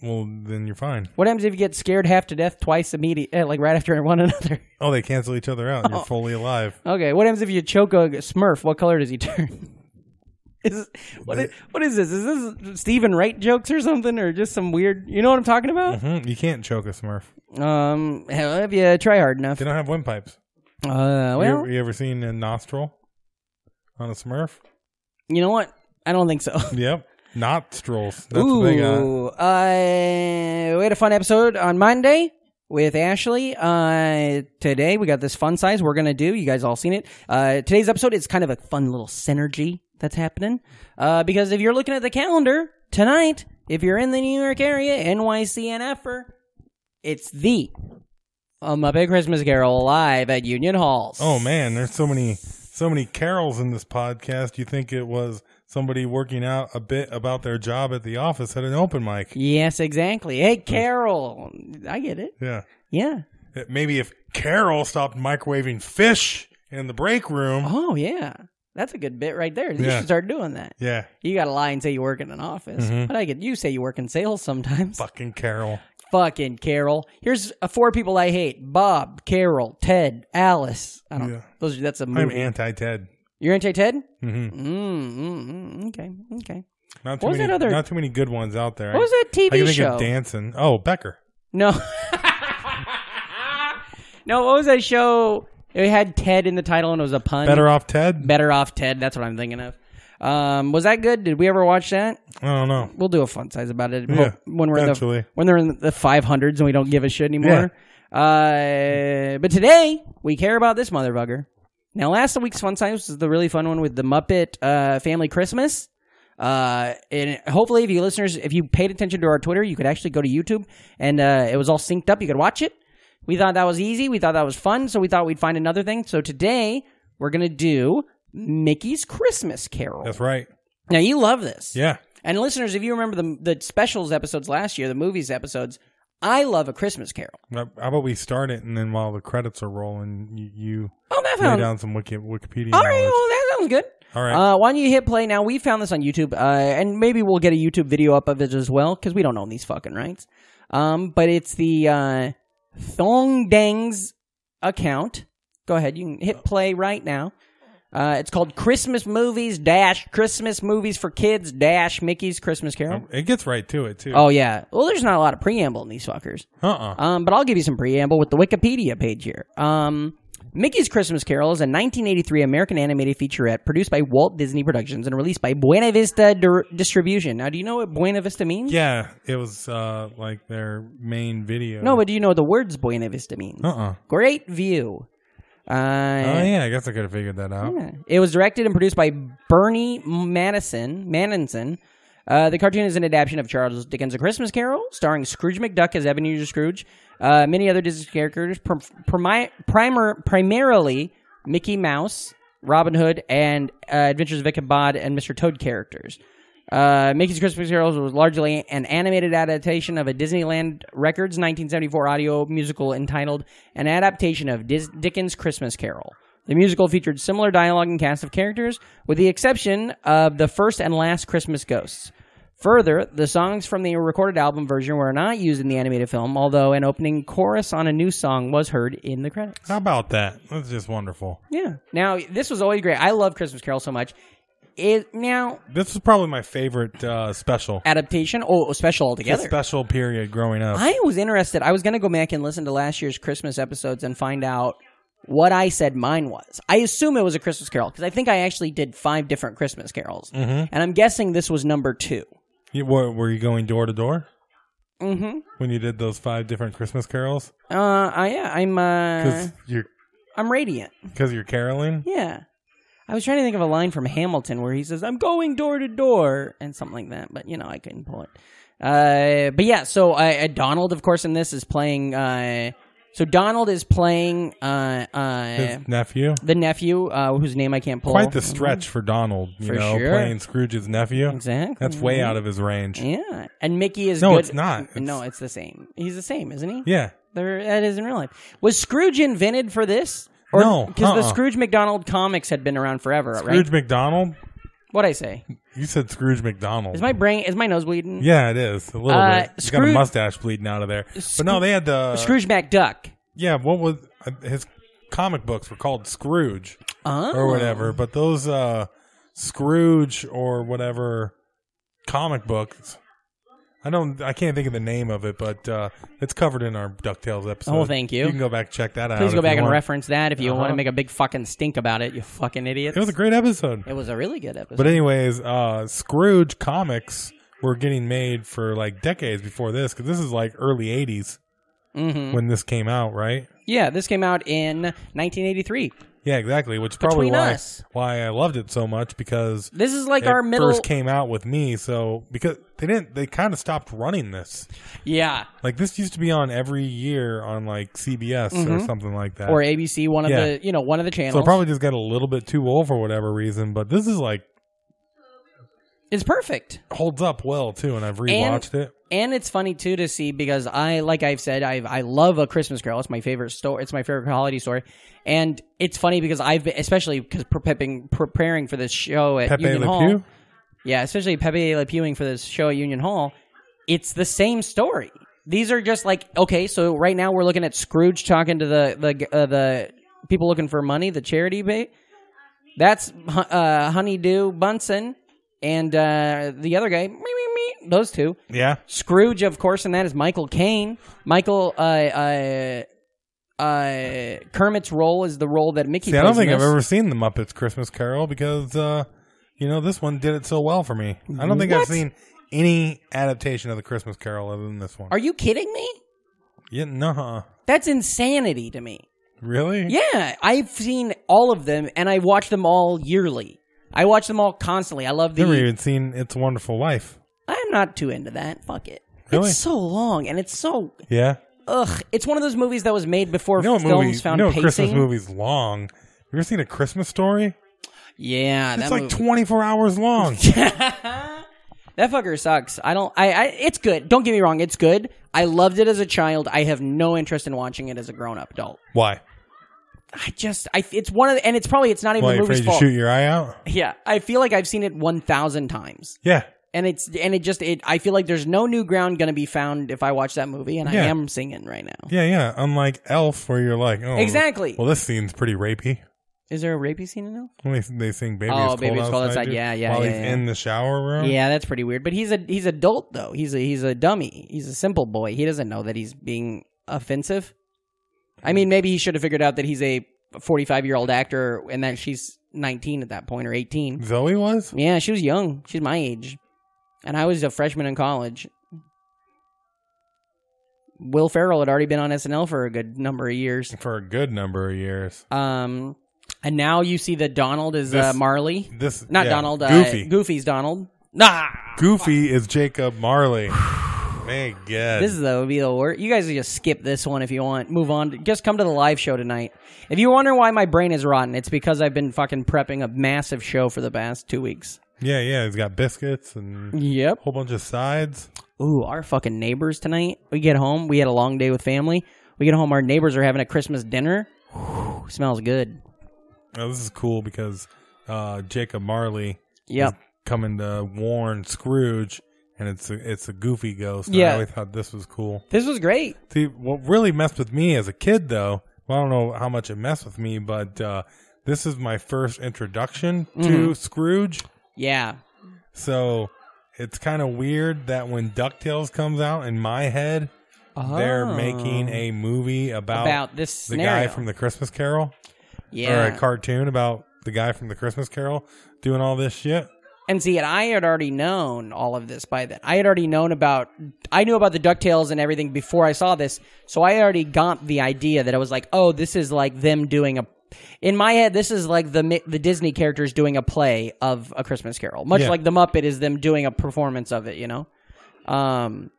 Speaker 7: Well, then you're fine.
Speaker 6: What happens if you get scared half to death twice immediately, like right after one another?
Speaker 7: Oh, they cancel each other out. You're
Speaker 6: Oh.
Speaker 7: fully alive.
Speaker 6: Okay, what happens if you choke a Smurf? What color does he turn? Is what is, what is this? Is this Stephen Wright jokes or something, or just some weird? You know what I'm talking about?
Speaker 7: hmm You can't choke a Smurf.
Speaker 6: Um, hell, if you try hard enough.
Speaker 7: They
Speaker 6: Uh,
Speaker 7: don't have windpipes. you,
Speaker 6: Oh, well,
Speaker 7: ever, you ever seen a nostril on a Smurf?
Speaker 6: you know what? I don't think so.
Speaker 7: Yep. Nostrils. That's what they got.
Speaker 6: Ooh, uh, we had a fun episode on Monday with Ashley. Uh, today we got this fun size we're gonna do. You guys all seen it. Uh, today's episode is kind of a fun little synergy that's happening. Uh, because if you're looking at the calendar tonight, if you're in the New York area, NYCNFer, it's the um, a big Christmas Carol live at Union Halls.
Speaker 7: Oh man, there's so many so many carols in this podcast. You think it was somebody working out a bit about their job at the office at an open mic?
Speaker 6: Yes, exactly. Hey, Carol, I get it.
Speaker 7: Yeah.
Speaker 6: Yeah.
Speaker 7: It- Maybe if Carol stopped microwaving fish in the break room.
Speaker 6: Oh yeah, that's a good bit right there. You
Speaker 7: Yeah.
Speaker 6: should start doing that.
Speaker 7: Yeah.
Speaker 6: You got to lie and say you work in an office,
Speaker 7: Mhm.
Speaker 6: but I get you say you work in sales sometimes.
Speaker 7: Fucking Carol.
Speaker 6: Fucking Carol. Here's uh, four people I hate: Bob, Carol, Ted, Alice. I don't.
Speaker 7: Yeah.
Speaker 6: Those. That's a
Speaker 7: I'm
Speaker 6: movie.
Speaker 7: anti Ted.
Speaker 6: You're anti Ted.
Speaker 7: hmm
Speaker 6: Mm, mm, mm, okay. Okay.
Speaker 7: Not too
Speaker 6: What was
Speaker 7: many.
Speaker 6: that other-
Speaker 7: Not too many good ones out there.
Speaker 6: What was that
Speaker 7: I, I
Speaker 6: TV
Speaker 7: can think
Speaker 6: show?
Speaker 7: of dancing. Oh, Becker.
Speaker 6: No. no. What was that show? It had Ted in the title and it was a pun.
Speaker 7: Better off Ted.
Speaker 6: Better off Ted. That's what I'm thinking of. Um, was that good? Did we ever watch that?
Speaker 7: I don't know.
Speaker 6: we'll do a fun size about it
Speaker 7: Yeah,
Speaker 6: when we're in the,
Speaker 7: eventually.
Speaker 6: when they're in the 500s and we don't give a shit anymore. Uh, but today we care about this motherfucker. Now, last week's fun size was the really fun one with the Muppet uh, Family Christmas. Uh, and hopefully, if you listeners, if you paid attention to our Twitter, you could actually go to YouTube and uh, it was all synced up. You could watch it. We thought that was easy. We thought that was fun. So we thought we'd find another thing. So today we're gonna do Mickey's Christmas Carol.
Speaker 7: That's right.
Speaker 6: Now you love this.
Speaker 7: Yeah.
Speaker 6: And listeners, if you remember the the specials episodes last year, the movies episodes, I love a Christmas Carol.
Speaker 7: How about we start it, and then while the credits are rolling, you, you
Speaker 6: Oh, that
Speaker 7: lay
Speaker 6: sounds
Speaker 7: down some Wiki, Wikipedia.
Speaker 6: all
Speaker 7: knowledge.
Speaker 6: right. Well, that sounds good.
Speaker 7: All right.
Speaker 6: Uh, why don't you hit play now? We found this on YouTube, uh, and maybe we'll get a YouTube video up of it as well because we don't own these fucking rights. Um, but it's the uh, Thong Dang's account. Go ahead, you can hit play right now. Uh, it's called Christmas Movies Dash Christmas Movies for Kids Dash Mickey's Christmas Carol.
Speaker 7: Um, it gets right to it too.
Speaker 6: Oh yeah. Well, there's not a lot of preamble in these fuckers.
Speaker 7: Uh-uh.
Speaker 6: Um, but I'll give you some preamble with the Wikipedia page here. Um, Mickey's Christmas Carol is a 1983 American animated featurette produced by Walt Disney Productions and released by Buena Vista Dir- Distribution. Now, do you know what Buena Vista means?
Speaker 7: Yeah, it was uh like their main video.
Speaker 6: No, but do you know what the words Buena Vista means?
Speaker 7: uh-uh.
Speaker 6: Great view. Uh,
Speaker 7: Oh yeah, I guess I could have figured that out.
Speaker 6: Yeah. It was directed and produced by Bernie Madison. Manninson. Uh, the cartoon is an adaptation of Charles Dickens' A Christmas Carol, starring Scrooge McDuck as Ebenezer Scrooge, uh, many other Disney characters, prim- primi- primer- primarily Mickey Mouse, Robin Hood, and uh, Adventures of Vic and Bod and Mr. Toad characters. Uh, Mickey's Christmas Carol was largely an animated adaptation of a Disneyland Records 1974 audio musical entitled An Adaptation of Dis- Dickens' Christmas Carol. The musical featured similar dialogue and cast of characters, with the exception of the first and last Christmas ghosts. Further, the songs from the recorded album version were not used in the animated film, although an opening chorus on a new song was heard in the credits.
Speaker 7: How about that? That's just wonderful.
Speaker 6: Yeah. Now, this was always great. I love Christmas Carol so much. It now
Speaker 7: This was probably my favorite uh special.
Speaker 6: adaptation. Oh, it was special altogether.
Speaker 7: Special period growing up.
Speaker 6: I was interested. I was going to go back and listen to last year's Christmas episodes and find out what I said mine was. I assume it was a Christmas Carol because I think I actually did five different Christmas carols,
Speaker 7: Mhm.
Speaker 6: and I'm guessing this was number two.
Speaker 7: You- were, were you going door to door
Speaker 6: Mm-hmm.
Speaker 7: when you did those five different Christmas carols?
Speaker 6: Uh, I, yeah, I'm uh,
Speaker 7: Because you're
Speaker 6: I'm radiant.
Speaker 7: because you're caroling.
Speaker 6: Yeah. I was trying to think of a line from Hamilton where he says, I'm going door to door and something like that, but you know, I couldn't pull it. Uh, but yeah, so uh, uh, Donald, of course, in this is playing uh, So Donald is playing uh, uh,
Speaker 7: His nephew.
Speaker 6: the nephew, uh, whose name I can't pull.
Speaker 7: Quite the stretch for Donald, you
Speaker 6: Mm-hmm. For
Speaker 7: know,
Speaker 6: sure.
Speaker 7: playing Scrooge's nephew.
Speaker 6: Exactly. Mm-hmm.
Speaker 7: That's way out of his range.
Speaker 6: Yeah, and Mickey is
Speaker 7: No,
Speaker 6: good-
Speaker 7: it's not. It's-
Speaker 6: no, it's the same. He's the same, isn't he?
Speaker 7: Yeah.
Speaker 6: There, that is in real life. Was Scrooge invented for this? Or,
Speaker 7: No,
Speaker 6: because the
Speaker 7: uh-uh.
Speaker 6: Scrooge McDonald comics had been around forever,
Speaker 7: Scrooge
Speaker 6: right?
Speaker 7: McDonald?
Speaker 6: What I say?
Speaker 7: You said Scrooge McDonald.
Speaker 6: Is my brain? Is my nose bleeding?
Speaker 7: yeah, it is. A little
Speaker 6: Uh,
Speaker 7: bit. He's got a
Speaker 6: Scrooge-
Speaker 7: mustache bleeding out of there. But no,
Speaker 6: Scroo-
Speaker 7: they uh, had the.
Speaker 6: Scrooge McDuck.
Speaker 7: Yeah, what was. uh, His comic books were called Scrooge
Speaker 6: Oh.
Speaker 7: or whatever. But those uh, Scrooge or whatever comic books. I don't. I can't think of the name of it, but uh, it's covered in our Ducktales episode.
Speaker 6: Oh, thank you.
Speaker 7: You can go back and check that out.
Speaker 6: Please go
Speaker 7: if you
Speaker 6: back and
Speaker 7: want. Uh-huh.
Speaker 6: reference that if you want to make a big fucking stink about it. You fucking idiots.
Speaker 7: It was a great episode.
Speaker 6: It was a really good episode.
Speaker 7: But anyways, uh, Scrooge comics were getting made for like decades before this because this is like early '80s
Speaker 6: Mhm.
Speaker 7: when this came out, right?
Speaker 6: Yeah, this came out in 1983.
Speaker 7: Yeah, exactly. Which is probably
Speaker 6: Between
Speaker 7: why
Speaker 6: Us.
Speaker 7: why I loved it so much because
Speaker 6: This is like
Speaker 7: it
Speaker 6: our middle.
Speaker 7: first came out with me. So because they didn't, they kind of stopped running this.
Speaker 6: yeah,
Speaker 7: Like this used to be on every year on like CBS or something like that.
Speaker 6: Mm-hmm. or ABC, one of
Speaker 7: Yeah.
Speaker 6: the you know one of the channels.
Speaker 7: so it probably just got a little bit too old for whatever reason. But this is like
Speaker 6: it's perfect.
Speaker 7: holds up well too, and I've rewatched it.
Speaker 6: and it's funny too to see because I, like I've said, I I love a Christmas Carol. It's my favorite story. It's my favorite holiday story, and it's funny because I've been, especially because prepping preparing for this show at
Speaker 7: Pepe
Speaker 6: Union
Speaker 7: Le
Speaker 6: Hall.
Speaker 7: Pew.
Speaker 6: Yeah, especially Pepe Le Pewing for this show at Union Hall. It's the same story. These are just like okay. So right now we're looking at Scrooge talking to the the uh, the people looking for money, the charity bait. That's hu- uh, Honeydew Bunsen and uh, the other guy. Meep, meep, meep. Those two.
Speaker 7: Yeah,
Speaker 6: Scrooge, of course, and that is Michael Caine. Michael uh, uh, uh, Kermit's role is the role that Mickey.
Speaker 7: See, I
Speaker 6: plays
Speaker 7: don't
Speaker 6: in
Speaker 7: think I've
Speaker 6: this.
Speaker 7: ever seen the Muppets Christmas Carol because uh, you know this one did it so well for me. I don't think I've
Speaker 6: What?
Speaker 7: seen any adaptation of the Christmas Carol other than this one.
Speaker 6: Are you kidding me?
Speaker 7: yeah, no,
Speaker 6: That's insanity to me.
Speaker 7: really?
Speaker 6: Yeah, I've seen all of them, and I watch them all yearly. I watch them all constantly. I love the.
Speaker 7: Never even seen It's a Wonderful Life.
Speaker 6: I'm not too into that. Fuck it.
Speaker 7: Really?
Speaker 6: It's so long, and it's so
Speaker 7: Yeah,
Speaker 6: ugh. It's one of those movies that was made before
Speaker 7: you know what
Speaker 6: films
Speaker 7: movie? You
Speaker 6: found
Speaker 7: know what
Speaker 6: pacing.
Speaker 7: Christmas movie's long. You ever seen a Christmas story?
Speaker 6: Yeah,
Speaker 7: It's
Speaker 6: that
Speaker 7: like
Speaker 6: movie-
Speaker 7: twenty four hours long.
Speaker 6: that fucker sucks. I don't. I, I. It's good. Don't get me wrong. It's good. I loved it as a child. I have no interest in watching it as a grown up adult.
Speaker 7: Why?
Speaker 6: I just. I. It's one of. The, and it's probably. It's not even
Speaker 7: Why
Speaker 6: the
Speaker 7: you afraid
Speaker 6: movie's
Speaker 7: you
Speaker 6: fault.
Speaker 7: shoot your eye out?
Speaker 6: Yeah, I feel like I've seen it one thousand times,
Speaker 7: Yeah,
Speaker 6: and it's and it just. It. I feel like there's no new ground going to be found if I watch that movie, and
Speaker 7: Yeah.
Speaker 6: I am singing right now.
Speaker 7: yeah, yeah. Unlike Elf, where you're like, oh,
Speaker 6: Exactly.
Speaker 7: Well, this scene's pretty rapey.
Speaker 6: Is there a rapey scene in it?
Speaker 7: When they, they sing "Baby
Speaker 6: Oh,
Speaker 7: It's Cold
Speaker 6: Baby It's Cold
Speaker 7: Outside,"
Speaker 6: Outside.
Speaker 7: dude,
Speaker 6: Yeah, yeah,
Speaker 7: While
Speaker 6: yeah,
Speaker 7: he's
Speaker 6: yeah.
Speaker 7: in the shower room.
Speaker 6: Yeah, that's pretty weird. But he's a he's adult though. He's a he's a dummy. He's a simple boy. He doesn't know that he's being offensive. I mean, maybe he should have figured out that he's a 45 year old actor and that she's 19 at that point or 18.
Speaker 7: Zoe was?
Speaker 6: Yeah, she was young. She's my age, and I was a freshman in college. Will Ferrell had already been on SNL for a good number of years.
Speaker 7: For a good number of years.
Speaker 6: Um, and now you see that Donald is uh,
Speaker 7: This-
Speaker 6: Marley,
Speaker 7: This
Speaker 6: not
Speaker 7: yeah,
Speaker 6: Donald.
Speaker 7: Goofy.
Speaker 6: Uh, Goofy's Donald. Nah.
Speaker 7: Goofy is Jacob Marley. Man, God.
Speaker 6: This is the, would be the worst. You guys can just skip this one if you want. Move on. to- Just come to the live show tonight. If you're wondering why my brain is rotten, it's because I've been fucking prepping a massive show for the past two weeks.
Speaker 7: yeah, yeah. He's got biscuits and a
Speaker 6: Yep.
Speaker 7: whole bunch of sides.
Speaker 6: Ooh, our fucking neighbors tonight. We get home. We had a long day with family. We get home. Our neighbors are having a Christmas dinner. Whew, smells good.
Speaker 7: Now, this is cool because uh, Jacob Marley
Speaker 6: Yep.
Speaker 7: coming to warn Scrooge, and it's a, it's a Goofy ghost. and I
Speaker 6: Yeah.
Speaker 7: always thought this was cool.
Speaker 6: This was great.
Speaker 7: See, what really messed with me as a kid, though, well, I don't know how much it messed with me, but uh, this is my first introduction
Speaker 6: Mm-hmm.
Speaker 7: to Scrooge.
Speaker 6: Yeah.
Speaker 7: So it's kind of weird that when DuckTales comes out in my head, they're
Speaker 6: Oh.
Speaker 7: making a movie about,
Speaker 6: about this
Speaker 7: the
Speaker 6: scenario.
Speaker 7: guy from the Christmas Carol
Speaker 6: yeah.
Speaker 7: or a cartoon about the guy from the Christmas Carol doing all this shit.
Speaker 6: And see, and I had already known all of this by then. I had already known about, I knew about the DuckTales and everything before I saw this. So I already got the idea that I was like, oh, this is like them doing a, in my head, this is like the mi- the Disney characters doing a play of A Christmas Carol. Much
Speaker 7: Yeah.
Speaker 6: like The Muppet is them doing a performance of it, you know? Um,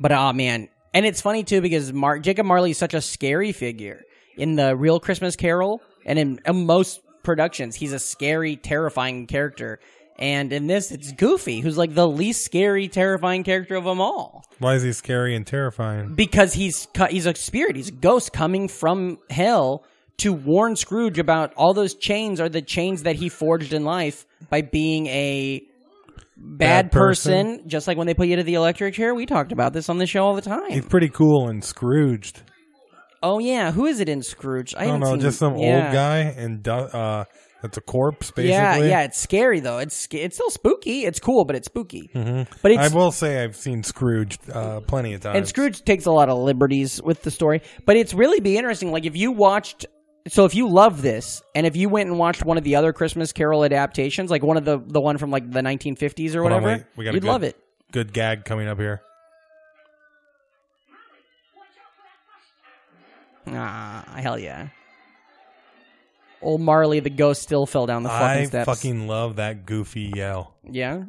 Speaker 6: but oh man, And it's funny too because Mar- Jacob Marley is such a scary figure in the real Christmas Carol and in, in most productions. He's a scary, terrifying character. And in this, it's Goofy, who's like the least scary, terrifying character of them all
Speaker 7: Why is he scary and terrifying?
Speaker 6: because he's cu- he's a spirit, he's a ghost coming from hell to warn Scrooge about all those chains are the chains that he forged in life by being a bad,
Speaker 7: Bad person.
Speaker 6: person. Just like when they put you to the electric chair, we talked about this on the show all the time.
Speaker 7: He's pretty cool and Scrooged.
Speaker 6: oh yeah, who is it in Scrooge?
Speaker 7: I don't
Speaker 6: haven't
Speaker 7: know,
Speaker 6: seen-
Speaker 7: just some
Speaker 6: yeah.
Speaker 7: old guy and du- uh, that's a corpse basically.
Speaker 6: Yeah, yeah, it's scary though. It's sc- it's still spooky. It's cool, but it's spooky. But it's
Speaker 7: Mm-hmm. I will say I've seen Scrooge uh, plenty of times.
Speaker 6: And Scrooge takes a lot of liberties with the story, but it's really be interesting. Like if you watched, so if you love this, and if you went and watched one of the other Christmas Carol adaptations, like one of the the one from like the 1950s or
Speaker 7: Hold on,
Speaker 6: whatever,
Speaker 7: wait, we got a
Speaker 6: you'd
Speaker 7: good-
Speaker 6: love it.
Speaker 7: Good gag coming up here.
Speaker 6: Ah, hell yeah. Old Marley the ghost still fell down the fucking
Speaker 7: I
Speaker 6: steps.
Speaker 7: fucking love that goofy yell.
Speaker 6: yeah.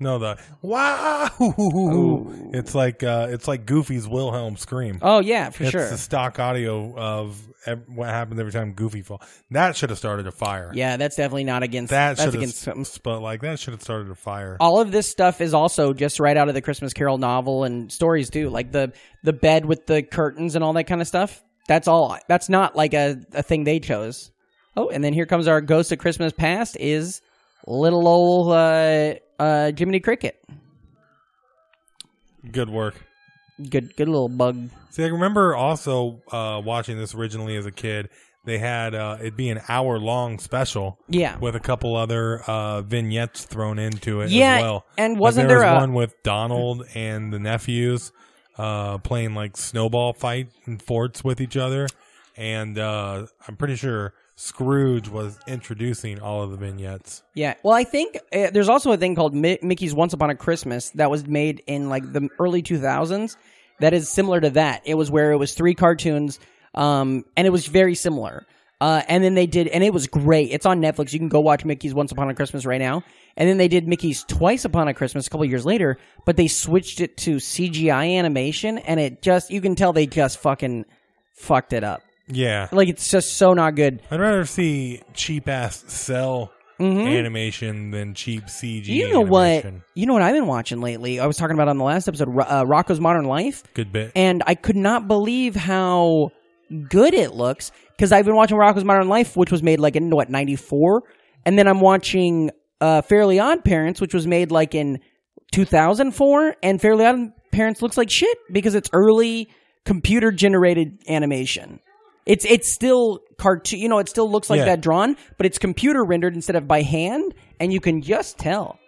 Speaker 7: No, the wow.
Speaker 6: Ooh.
Speaker 7: It's like uh, it's like Goofy's Wilhelm scream.
Speaker 6: Oh yeah, for
Speaker 7: it's
Speaker 6: sure.
Speaker 7: the stock audio of ev- what happens every time Goofy falls. That should have started a fire.
Speaker 6: Yeah, that's definitely not against.
Speaker 7: that
Speaker 6: that's
Speaker 7: should
Speaker 6: against
Speaker 7: have
Speaker 6: something.
Speaker 7: sp- like that should have started a fire.
Speaker 6: all of this stuff is also just right out of the Christmas Carol novel and stories too. Like the the bed with the curtains and all that kind of stuff. That's all. That's not like a, a thing they chose. Oh, and then here comes our ghost of Christmas past is little old uh, uh, Jiminy Cricket.
Speaker 7: Good work.
Speaker 6: Good good little bug.
Speaker 7: See, I remember also uh, watching this originally as a kid. They had uh, it'd be an hour long special
Speaker 6: Yeah.
Speaker 7: with a couple other uh, vignettes thrown into it
Speaker 6: Yeah,
Speaker 7: as well.
Speaker 6: and
Speaker 7: Like,
Speaker 6: wasn't
Speaker 7: there
Speaker 6: there
Speaker 7: was
Speaker 6: a-
Speaker 7: one with Donald and the nephews uh, playing like snowball fight and forts with each other? And uh, I'm pretty sure Scrooge was introducing all of the vignettes.
Speaker 6: Yeah. Well, I think uh, there's also a thing called Mi- Mickey's Once Upon a Christmas that was made in like the early 2000s that is similar to that. It was where it was three cartoons um and it was very similar. Uh, and then they did, and it was great. It's on Netflix. You can go watch Mickey's Once Upon a Christmas right now. And then they did Mickey's Twice Upon a Christmas a couple years later, but they switched it to CGI animation, and it just, you can tell they just fucking fucked it up.
Speaker 7: Yeah.
Speaker 6: Like, it's just so not good.
Speaker 7: I'd rather see cheap ass cell
Speaker 6: Mm-hmm.
Speaker 7: animation than cheap CG.
Speaker 6: Hmm? You know what?
Speaker 7: animation.
Speaker 6: You know what I've been watching lately. I was talking about on the last episode, Ro- uh, Rocco's Modern Life,
Speaker 7: Good bit.
Speaker 6: and I could not believe how good it looks because I've been watching Rocco's Modern Life, which was made like in what ninety four, and then I'm watching uh, Fairly Odd Parents, which was made like in two thousand four, and Fairly Odd Parents looks like shit because it's early computer generated animation. It's it's still cartoon, you know. It still looks like
Speaker 7: Yeah.
Speaker 6: that drawn, but it's computer rendered instead of by hand, and you can just tell.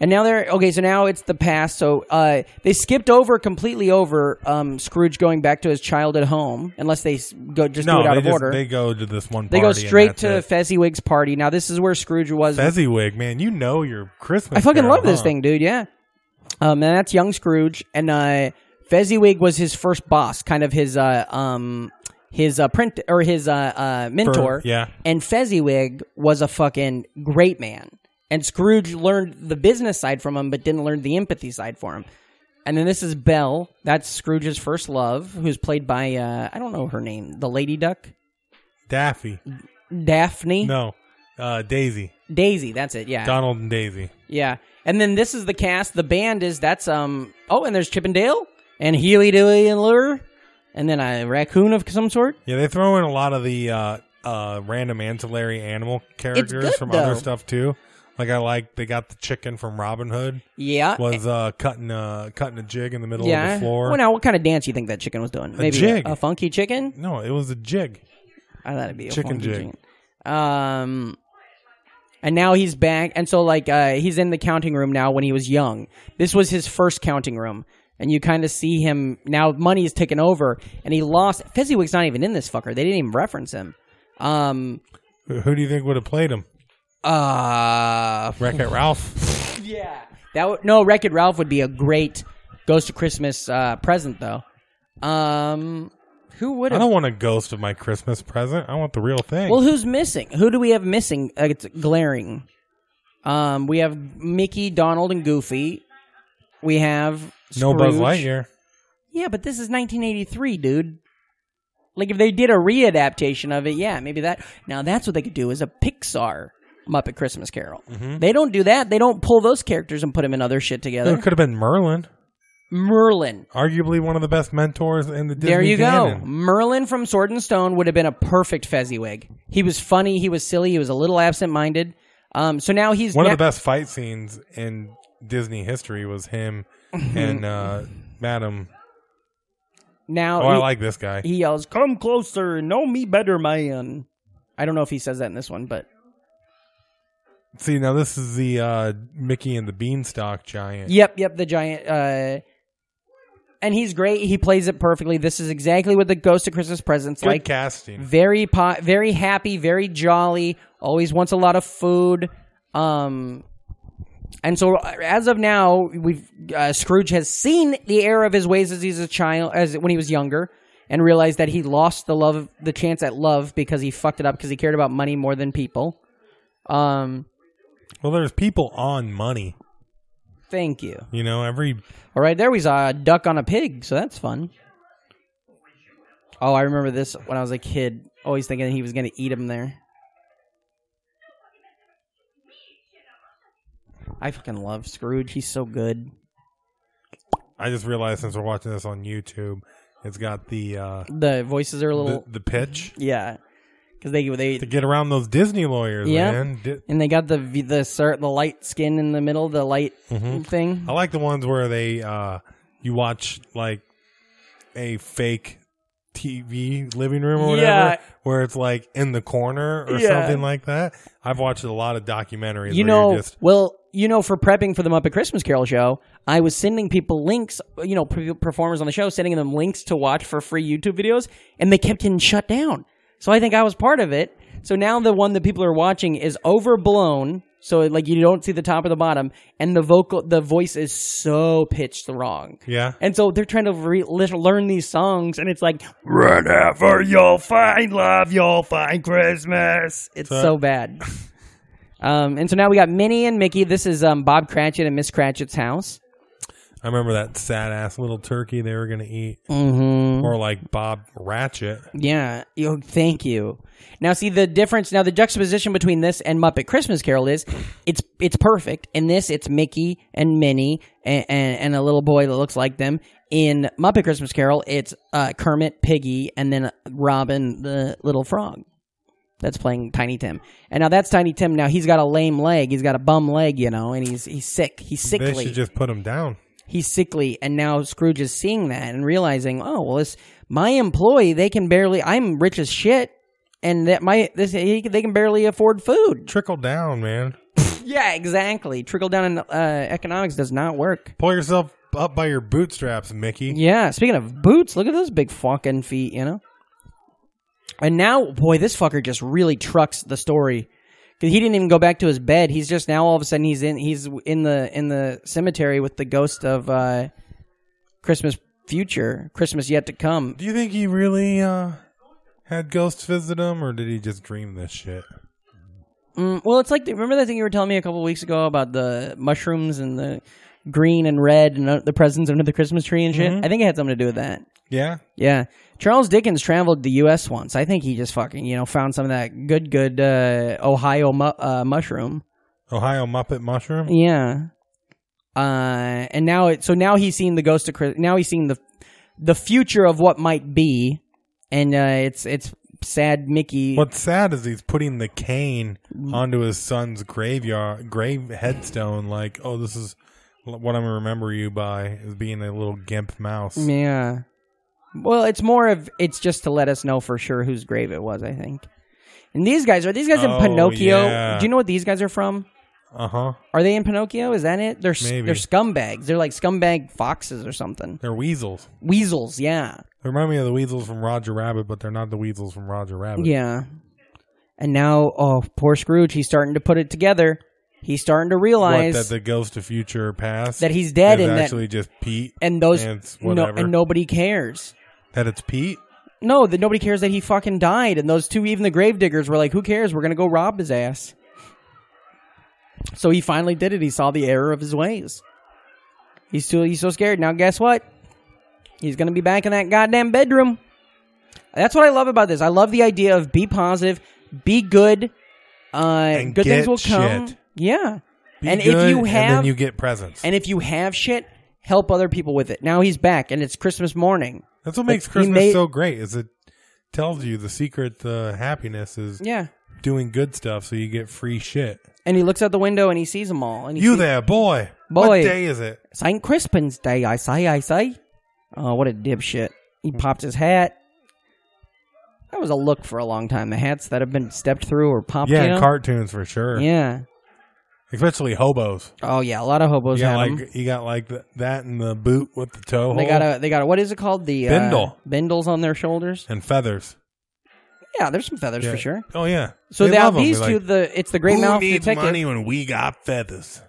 Speaker 6: And now they're okay. So now it's the past. So uh, they skipped over completely over um, Scrooge going back to his childhood home, unless they s- go just do
Speaker 7: no,
Speaker 6: it out
Speaker 7: they,
Speaker 6: of
Speaker 7: just-
Speaker 6: order.
Speaker 7: they go to this one.
Speaker 6: They go
Speaker 7: party and
Speaker 6: straight to
Speaker 7: that's it.
Speaker 6: Fezziwig's party. Now this is where Scrooge was.
Speaker 7: Fezziwig. Man, you know your Christmas.
Speaker 6: I fucking
Speaker 7: Carol,
Speaker 6: love this
Speaker 7: huh?
Speaker 6: thing, dude. Yeah. Um, and that's young Scrooge, and uh, Fezziwig was his first boss, kind of his uh, um, his uh, print or his uh, uh,
Speaker 7: For-
Speaker 6: mentor.
Speaker 7: yeah.
Speaker 6: And Fezziwig was a fucking great man. And Scrooge learned the business side from him, but didn't learn the empathy side for him. And then this is Belle. That's Scrooge's first love, who's played by, uh, I don't know her name, the Lady Duck?
Speaker 7: Daffy.
Speaker 6: Daphne?
Speaker 7: No. Uh, Daisy.
Speaker 6: Daisy, that's it, yeah.
Speaker 7: Donald and Daisy.
Speaker 6: yeah. And then this is the cast. The band is, that's, um, oh, and there's Chippendale and Healy, Dewey, and Lure. And then a raccoon of some sort.
Speaker 7: Yeah, they throw in a lot of the uh, uh, random ancillary animal characters
Speaker 6: good,
Speaker 7: from
Speaker 6: though.
Speaker 7: other stuff too. Like I like they got the chicken from Robin Hood
Speaker 6: Yeah.
Speaker 7: was uh, cutting a cutting a jig in the middle
Speaker 6: yeah.
Speaker 7: of the floor.
Speaker 6: Well, now, what kind of dance you think that chicken was doing? Maybe
Speaker 7: jig.
Speaker 6: a funky chicken?
Speaker 7: no, it was a jig.
Speaker 6: I thought it'd Oh, be a
Speaker 7: Chicken
Speaker 6: funky
Speaker 7: jig.
Speaker 6: chicken. Um, and now he's back, and so like uh, he's in the counting room now. When he was young, this was his first counting room, and you kind of see him now. Money is taken over, and he lost. Fezziwig's not even in this fucker. They didn't even reference him. Um,
Speaker 7: Who who do you think would have played him?
Speaker 6: uh,
Speaker 7: Wreck It Ralph.
Speaker 6: yeah. That would no Wreck It Ralph would be a great Ghost of Christmas uh, present though. Um, who would
Speaker 7: I
Speaker 6: have?
Speaker 7: don't want a ghost of my Christmas present. I want the real thing.
Speaker 6: Well, who's missing? Who do we have missing? Uh, it's glaring. Um, we have Mickey, Donald, and Goofy. We have
Speaker 7: no
Speaker 6: Scrooge.
Speaker 7: Buzz Lightyear.
Speaker 6: Yeah, but this is 1983, dude. Like if they did a readaptation of it, yeah, maybe that. Now that's what they could do is a Pixar Muppet Christmas Carol. They don't do that. They don't pull those characters and put them in other shit together.
Speaker 7: It could have been Merlin,
Speaker 6: Merlin.
Speaker 7: arguably one of the best mentors in the Disney
Speaker 6: There you go.
Speaker 7: canon.
Speaker 6: Merlin from Sword and Stone would have been a perfect Fezziwig. He was funny. He was silly. He was a little absent-minded. Um, so now he's
Speaker 7: One
Speaker 6: now-
Speaker 7: of the best fight scenes in Disney history was him
Speaker 6: Hmm.
Speaker 7: and uh, Madam.
Speaker 6: now.
Speaker 7: Oh, I
Speaker 6: he-
Speaker 7: like this guy.
Speaker 6: he yells, "Come closer, know me better, man." I don't know if he says that in this one, but
Speaker 7: See, now this is the uh, Mickey and the Beanstalk giant.
Speaker 6: yep, yep, the giant. Uh, and he's great. He plays it perfectly. This is exactly what the Ghost of Christmas Present's
Speaker 7: Good
Speaker 6: like.
Speaker 7: casting.
Speaker 6: Very po- very happy, very jolly. Always wants a lot of food. Um, and so uh, as of now, we've uh, Scrooge has seen the error of his ways as he's a child, as when he was younger, and realized that he lost the love, the chance at love because he fucked it up because he cared about money more than people. Um,
Speaker 7: Well, there's people on money.
Speaker 6: thank you.
Speaker 7: You know, every
Speaker 6: All right, there we saw a duck on a pig, so that's fun. Oh, I remember this when I was a kid, always thinking he was going to eat him there. I fucking love Scrooge. He's so good.
Speaker 7: I just realized since we're watching this on YouTube, it's got the uh,
Speaker 6: The voices are a
Speaker 7: the,
Speaker 6: little,
Speaker 7: the pitch
Speaker 6: yeah, because they they
Speaker 7: to get around those Disney lawyers.
Speaker 6: Yeah.
Speaker 7: man. Di-
Speaker 6: and they got the v- the cir- the light skin in the middle, the light
Speaker 7: Hmm.
Speaker 6: thing.
Speaker 7: I like the ones where they uh, you watch like a fake TV living room or whatever,
Speaker 6: Yeah.
Speaker 7: where it's like in the corner or
Speaker 6: Yeah.
Speaker 7: something like that. I've watched a lot of documentaries.
Speaker 6: you
Speaker 7: where you're
Speaker 6: know,
Speaker 7: just,
Speaker 6: well, you know, for prepping for the Muppet Christmas Carol show, I was sending people links, you know, pre- performers on the show, sending them links to watch for free YouTube videos, and they kept getting shut down. So I think I was part of it. So now the one that people are watching is overblown, so like you don't see the top or the bottom, and the vocal, the voice is so pitched wrong.
Speaker 7: yeah,
Speaker 6: And so they're trying to re- lit- learn these songs, and it's like,
Speaker 8: Whenever you'll find love, you'll find Christmas.
Speaker 6: It's so bad. Um, and so now we got Minnie and Mickey. This is um, Bob Cratchit and Miss Cratchit's house.
Speaker 7: I remember that sad ass little turkey they were gonna eat,
Speaker 6: Mm-hmm.
Speaker 7: or like Bob Ratchet.
Speaker 6: Yeah. Yo, thank you. Now, see the difference. Now, the juxtaposition between this and Muppet Christmas Carol is it's it's perfect. In this, it's Mickey and Minnie and, and, and a little boy that looks like them. In Muppet Christmas Carol, it's uh, Kermit, Piggy, and then Robin the little frog. That's playing Tiny Tim. And now that's Tiny Tim. Now he's got a lame leg. He's got a bum leg, you know, and he's he's sick. He's sickly
Speaker 7: They should just put him down.
Speaker 6: he's sickly and now scrooge is seeing that and realizing oh well this my employee they can barely i'm rich as shit and that my this he, they can barely afford food
Speaker 7: Trickle down, man.
Speaker 6: yeah exactly trickle down in uh, economics does not work
Speaker 7: Pull yourself up by your bootstraps, Mickey.
Speaker 6: yeah speaking of boots look at those big fucking feet you know and now boy this fucker just really trucks the story because he didn't even go back to his bed he's just now all of a sudden he's in he's in the in the cemetery with the ghost of uh christmas future christmas yet to come
Speaker 7: Do you think he really uh, had ghosts visit him, or did he just dream this shit?
Speaker 6: Mm, well, it's like the, remember that thing you were telling me a couple weeks ago about the mushrooms and the green and red and uh, the presents under the Christmas tree and shit. I think it had something to do with that.
Speaker 7: Yeah,
Speaker 6: Yeah, Charles Dickens traveled the U.S. once. I think he just fucking you know found some of that good good uh, Ohio mu- uh, mushroom.
Speaker 7: Ohio Muppet Mushroom.
Speaker 6: Yeah. Uh, and now it so now he's seeing the ghost of Chris. Now he's seeing the the future of what might be, and uh, it's it's sad Mickey.
Speaker 7: What's sad is he's putting the cane
Speaker 6: Mm.
Speaker 7: onto his son's graveyard grave headstone. Like, oh, this is what I'm gonna remember you by is being a little gimp mouse.
Speaker 6: Yeah. Well, it's more of it's just to let us know for sure whose grave it was, I think. And these guys are these guys
Speaker 7: Oh,
Speaker 6: in Pinocchio?
Speaker 7: yeah.
Speaker 6: Do you know what these guys are from?
Speaker 7: Uh huh.
Speaker 6: Are they in Pinocchio? Is that it? They're s-
Speaker 7: Maybe.
Speaker 6: they're scumbags. They're like scumbag foxes or something.
Speaker 7: They're weasels.
Speaker 6: Weasels, yeah.
Speaker 7: They remind me of the weasels from Roger Rabbit, but they're not the weasels from Roger Rabbit.
Speaker 6: Yeah. And now, oh, poor Scrooge, he's starting to put it together. He's starting to
Speaker 7: What,
Speaker 6: realize
Speaker 7: that the ghost of future past
Speaker 6: That he's dead
Speaker 7: is
Speaker 6: and that-
Speaker 7: actually just Pete
Speaker 6: and those
Speaker 7: and it's
Speaker 6: no,
Speaker 7: whatever
Speaker 6: and nobody cares.
Speaker 7: that it's Pete.
Speaker 6: No, that nobody cares that he fucking died. And those two, even the gravediggers, were like, who cares? We're going to go rob his ass. So he finally did it. He saw the error of his ways. He's too, he's so scared. Now, guess what? He's going to be back in that goddamn bedroom. That's what I love about this. I love the idea of be positive, be good. Uh,
Speaker 7: And
Speaker 6: good things
Speaker 7: get
Speaker 6: will come.
Speaker 7: shit.
Speaker 6: Yeah.
Speaker 7: Be
Speaker 6: and if
Speaker 7: good,
Speaker 6: you
Speaker 7: and
Speaker 6: have
Speaker 7: then you get presents.
Speaker 6: and if you have shit, help other people with it. Now he's back, and it's Christmas morning.
Speaker 7: That's what makes
Speaker 6: he
Speaker 7: Christmas
Speaker 6: made-
Speaker 7: so great. Is it tells you the secret to happiness is
Speaker 6: Yeah.
Speaker 7: doing good stuff, so you get free shit.
Speaker 6: And he looks out the window and he sees them all. And he
Speaker 7: You
Speaker 6: sees,
Speaker 7: there, boy?
Speaker 6: Boy.
Speaker 7: What day is it?
Speaker 6: Saint Crispin's Day, I say, I say. Oh, what a dipshit!
Speaker 7: Hmm.
Speaker 6: He popped his hat. That was a look for a long time. The hats that have been stepped through or popped.
Speaker 7: yeah,
Speaker 6: you know?
Speaker 7: cartoons for sure.
Speaker 6: Yeah.
Speaker 7: especially hobos.
Speaker 6: Oh yeah, a lot of hobos
Speaker 7: Yeah,
Speaker 6: had
Speaker 7: like
Speaker 6: 'em.
Speaker 7: you got like th- that and the boot with the toe hole
Speaker 6: They got a they got a what is it called the uh,
Speaker 7: Bindle.
Speaker 6: bindles on their shoulders.
Speaker 7: and feathers.
Speaker 6: Yeah, there's some feathers
Speaker 7: Yeah.
Speaker 6: for sure.
Speaker 7: Oh yeah.
Speaker 6: So
Speaker 7: They
Speaker 6: now
Speaker 7: love 'em.
Speaker 6: these
Speaker 7: They're
Speaker 6: two,
Speaker 7: like,
Speaker 6: the it's the great
Speaker 7: Who
Speaker 6: mouth
Speaker 7: needs
Speaker 6: detective,
Speaker 7: money when we got feathers?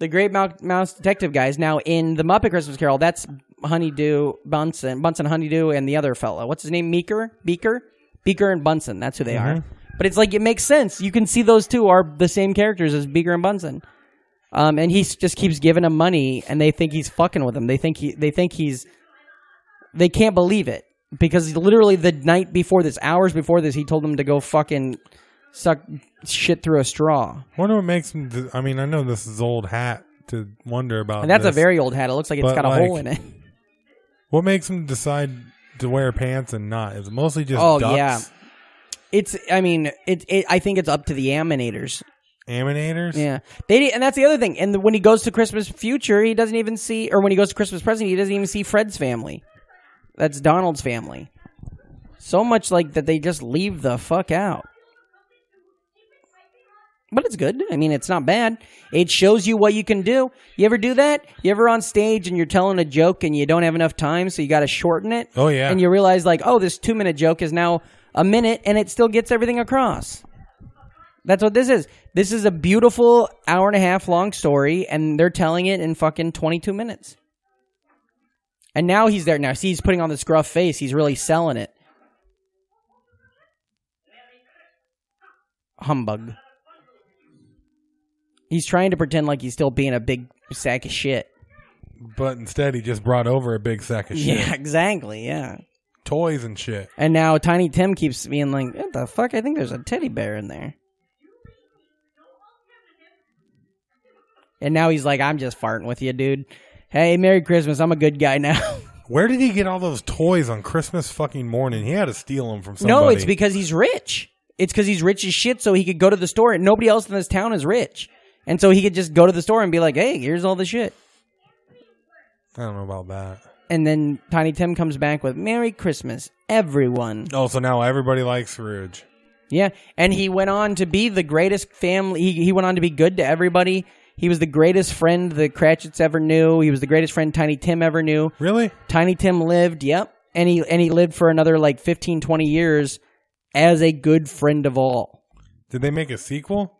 Speaker 6: the great Mou- mouse detective guys. Now in the Muppet Christmas Carol, that's Honeydew Bunsen, Bunsen Honeydew, and the other fella. What's his name? Meeker, Beaker, Beaker, and Bunsen. That's who they are.
Speaker 7: Mm-hmm.
Speaker 6: But it's like it makes sense. You can see those two are the same characters as Beaker and Bunsen. Um, and he s- just keeps giving them money, and they think he's fucking with them. They think he, they think he's, they can't believe it because literally the night before this, hours before this, he told them to go fucking suck shit through a straw.
Speaker 7: Wonder what makes them. th- I mean, I know this is old hat to wonder about.
Speaker 6: And that's a
Speaker 7: this.
Speaker 6: very old hat. It looks like it's
Speaker 7: But,
Speaker 6: got a
Speaker 7: like,
Speaker 6: hole in it.
Speaker 7: What makes them decide to wear pants and not? Is it mostly just
Speaker 6: Oh,
Speaker 7: ducks?
Speaker 6: yeah. It's. I mean, it, it. I think it's up to the Aminators.
Speaker 7: Aminators?
Speaker 6: Yeah, they. di- And that's the other thing. And the, when he goes to Christmas Future, he doesn't even see. Or when he goes to Christmas Present, he doesn't even see Fred's family. That's Donald's family. So much like that, they just leave the fuck out. But it's good. I mean, it's not bad. It shows you what you can do. You ever do that? You ever on stage and you're telling a joke and you don't have enough time, so you got to shorten it?
Speaker 7: Oh, yeah.
Speaker 6: And you realize, like, oh, this two minute joke is now a minute and it still gets everything across. That's what this is. This is a beautiful hour and a half long story, and they're telling it in fucking 22 minutes. And now he's there. Now, see, he's putting on this gruff face. He's really selling it. Humbug. He's trying to pretend like he's still being a big sack of shit.
Speaker 7: But instead, he just brought over a big sack of shit.
Speaker 6: Yeah, exactly. Yeah.
Speaker 7: Toys and shit.
Speaker 6: And now Tiny Tim keeps being like, "What the fuck? I think there's a teddy bear in there." And now he's like, "I'm just farting with you, dude." Hey, Merry Christmas. I'm a good guy now.
Speaker 7: Where did he get all those toys on Christmas fucking morning? He had to steal them from somebody.
Speaker 6: no, it's because he's rich. It's because he's rich as shit, so he could go to the store, and nobody else in this town is rich, and so he could just go to the store and be like, "Hey, here's all the shit."
Speaker 7: I don't know about that.
Speaker 6: And then Tiny Tim comes back with "Merry Christmas, everyone."
Speaker 7: Oh, so now everybody likes Scrooge.
Speaker 6: Yeah, and he went on to be the greatest family. He, he went on to be good to everybody. He was the greatest friend the Cratchits ever knew. He was the greatest friend Tiny Tim ever knew.
Speaker 7: Really?
Speaker 6: Tiny Tim lived, yep, and he and he lived for another like 15, 20 years as a good friend of all.
Speaker 7: Did they make a sequel?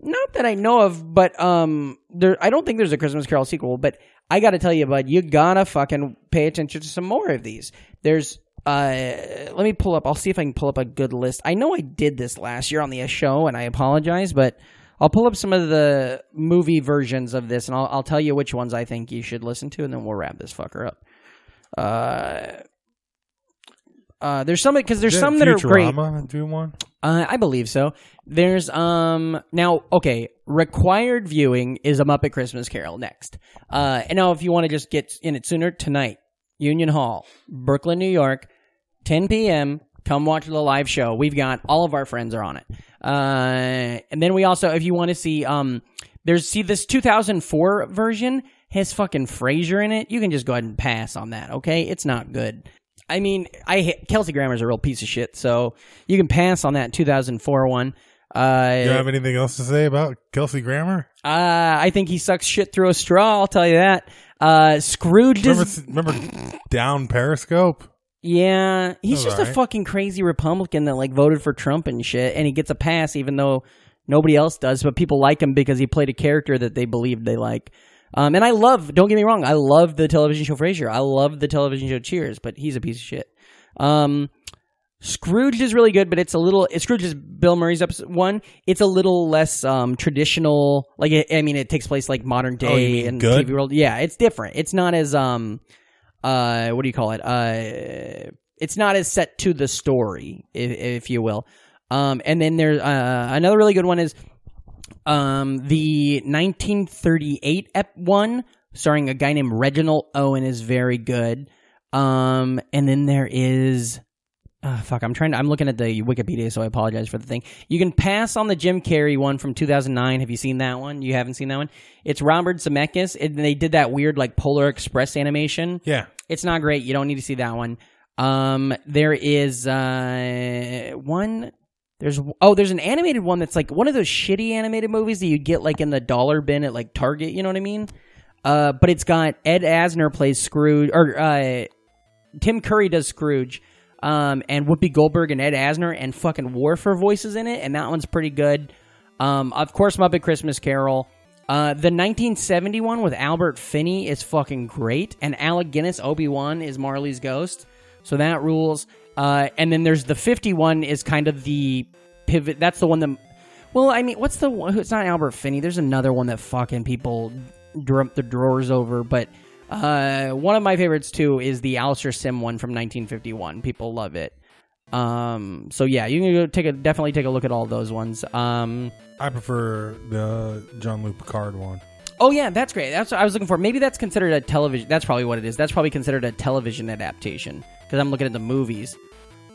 Speaker 6: Not that I know of, but um, there I don't think there's a Christmas Carol sequel. But I got to tell you, bud, you gotta fucking pay attention to some more of these. There's uh, let me pull up. I'll see if I can pull up a good list. I know I did this last year on the show, and I apologize, but I'll pull up some of the movie versions of this, and I'll I'll tell you which ones I think you should listen to, and then we'll wrap this fucker up. Uh. Uh, there's some because there's
Speaker 7: Did
Speaker 6: some that are great.
Speaker 7: Futurama do one?
Speaker 6: Uh, I believe so. There's um now okay required viewing is a Muppet Christmas Carol next. Uh, and now if you want to just get in it sooner tonight, Union Hall, Brooklyn, New York, 10 p.m. Come watch the live show. We've got all of our friends are on it. Uh, and then we also if you want to see um there's see this 2004 version has fucking Frasier in it. You can just go ahead and pass on that. Okay, it's not good. I mean, I ha- Kelsey Grammer's a real piece of shit, so you can pass on that 2004 one.
Speaker 7: Do you
Speaker 6: Uh,
Speaker 7: have anything else to say about Kelsey Grammer?
Speaker 6: uh, I think he sucks shit through a straw. I'll tell you that. Uh, Scrooge
Speaker 7: Remember,
Speaker 6: is
Speaker 7: remember down Periscope?
Speaker 6: yeah, he's
Speaker 7: That's
Speaker 6: just a
Speaker 7: alright.
Speaker 6: fucking crazy Republican that like voted for Trump and shit, and he gets a pass even though nobody else does, but people like him because he played a character that they believed they like. Um, and I love, don't get me wrong, I love the television show Frasier. I love the television show Cheers, but he's a piece of shit. Um, Scrooge is really good, but it's a little. Scrooge is Bill Murray's episode one. It's a little less um, traditional. Like I I mean, it takes place like modern
Speaker 7: Oh, you
Speaker 6: day
Speaker 7: mean
Speaker 6: and
Speaker 7: good?
Speaker 6: TV world. Yeah, it's different. It's not as um, uh, what do you call it? Uh, it's not as set to the story, if, if you will. Um, and then there's uh, another really good one is um, the 1938 ep- one starring a guy named Reginald Owen is very good. Um, and then there is. ah, fuck, I'm trying to. I'm looking at the Wikipedia, so I apologize for the thing. You can pass on the Jim Carrey one from 2009. Have you seen that one? You haven't seen that one? It's Robert Zemeckis, and they did that weird, like, Polar Express animation.
Speaker 3: Yeah.
Speaker 6: It's not great. You don't need to see that one. Um, there is uh one. There's oh, there's an animated one that's like one of those shitty animated movies that you get like in the dollar bin at like Target. You know what I mean? Uh, but it's got Ed Asner plays Scrooge, or uh, Tim Curry does Scrooge, um, and Whoopi Goldberg and Ed Asner and fucking Worf are voices in it, and that one's pretty good. Um, of course, Muppet Christmas Carol. Uh, the 1971 with Albert Finney is fucking great, and Alec Guinness Obi Wan is Marley's ghost, so that rules. Uh, and then there's the 51 is kind of the pivot. That's the one that. Well, I mean, what's the one? It's not Albert Finney. There's another one that fucking people drum the drawers over, but uh, one of my favorites too is the Alistair Sim one from 1951. People love it. Um, so yeah, you can go take a definitely take a look at all those ones. Um,
Speaker 3: I prefer the John Luke Picard one.
Speaker 6: Oh yeah, that's great. That's what I was looking for. Maybe that's considered a television. That's probably what it is. That's probably considered a television adaptation because I'm looking at the movies.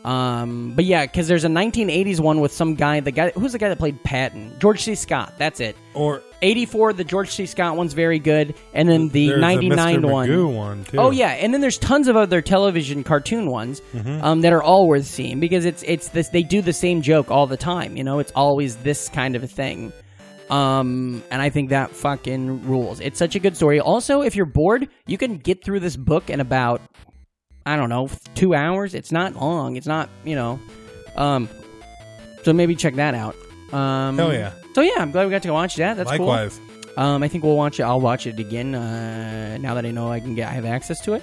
Speaker 6: Um, but yeah, because there's a 1980s one with some guy. The guy who's the guy that played Patton, George C. Scott. That's it.
Speaker 3: Or
Speaker 6: 84, the George C. Scott one's very good, and then the
Speaker 3: there's a
Speaker 6: 99
Speaker 3: Mr.
Speaker 6: one.
Speaker 3: Magoo one too.
Speaker 6: Oh yeah, and then there's tons of other television cartoon ones
Speaker 3: Mm-hmm.
Speaker 6: um, that are all worth seeing because it's it's this they do the same joke all the time. You know, it's always this kind of a thing. Um, and I think that fucking rules. It's such a good story. Also, if you're bored, you can get through this book in about I don't know two hours. It's not long. It's not you know, um, so maybe check that out. Um,
Speaker 3: Hell yeah.
Speaker 6: So yeah, I'm glad we got to watch that. That's cool.
Speaker 3: Likewise.
Speaker 6: Um, I think we'll watch it. I'll watch it again uh, now that I know I can get. I have access to it.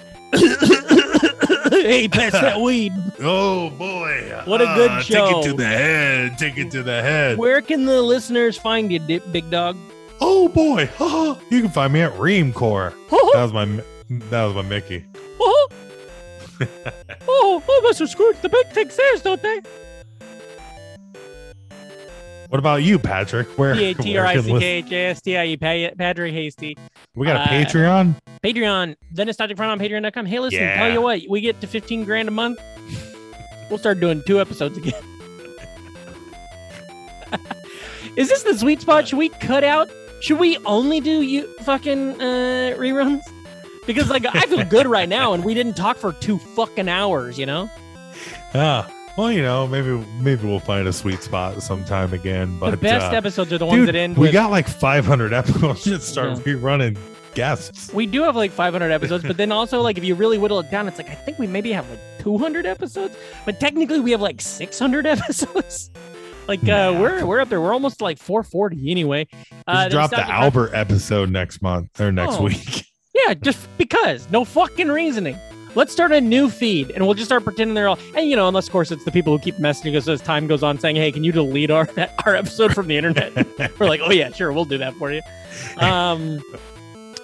Speaker 2: hey, pass that weed.
Speaker 3: Oh boy!
Speaker 2: What a good
Speaker 3: Ah,
Speaker 2: show.
Speaker 3: Take it to the head. Take it to the head.
Speaker 2: Where can the listeners find you, dip, big dog?
Speaker 3: Oh boy! you can find me at Reamcore. That was my that was my Mickey.
Speaker 2: Oh, oh, oh, Mr. Scrooge, the big thing says, don't they?
Speaker 3: What about you, Patrick? Where
Speaker 2: P A
Speaker 3: where
Speaker 2: T R I
Speaker 3: can
Speaker 2: C K
Speaker 3: listen-
Speaker 2: H A S T I E, Patrick Hasty.
Speaker 3: we got a
Speaker 2: Uh,
Speaker 3: Patreon?
Speaker 2: Patreon, then it's not your friend on patreon.com. Hey, listen,
Speaker 3: Yeah.
Speaker 2: tell you what, we get to 15 grand a month. We'll start doing two episodes again. Is this the sweet spot? Should we cut out? Should we only do you fucking uh, reruns? Because like I feel good right now, and we didn't talk for two fucking hours. You know,
Speaker 3: Ah, well, you know, maybe maybe we'll find a sweet spot sometime again. But
Speaker 2: the best
Speaker 3: uh,
Speaker 2: episodes are the ones
Speaker 3: dude,
Speaker 2: that end
Speaker 3: we
Speaker 2: with.
Speaker 3: got like 500 episodes. Just start
Speaker 2: Yeah.
Speaker 3: rerunning guests.
Speaker 2: we do have like 500 episodes, but then also like if you really whittle it down, it's like I think we maybe have like 200 episodes, but technically we have like 600 episodes. Like uh,
Speaker 3: Nah.
Speaker 2: we're we're up there. We're almost to, like 440 anyway.
Speaker 3: Just
Speaker 2: Uh,
Speaker 3: drop
Speaker 2: there's
Speaker 3: the
Speaker 2: not-
Speaker 3: Albert episode next month or next
Speaker 2: Oh.
Speaker 3: week.
Speaker 2: Yeah, just because. No fucking reasoning. Let's start a new feed, and we'll just start pretending they're all. And you know, unless of course it's the people who keep messaging us as time goes on, saying, "Hey, can you delete our our episode from the internet?" We're like, "Oh yeah, sure, we'll do that for you." Um.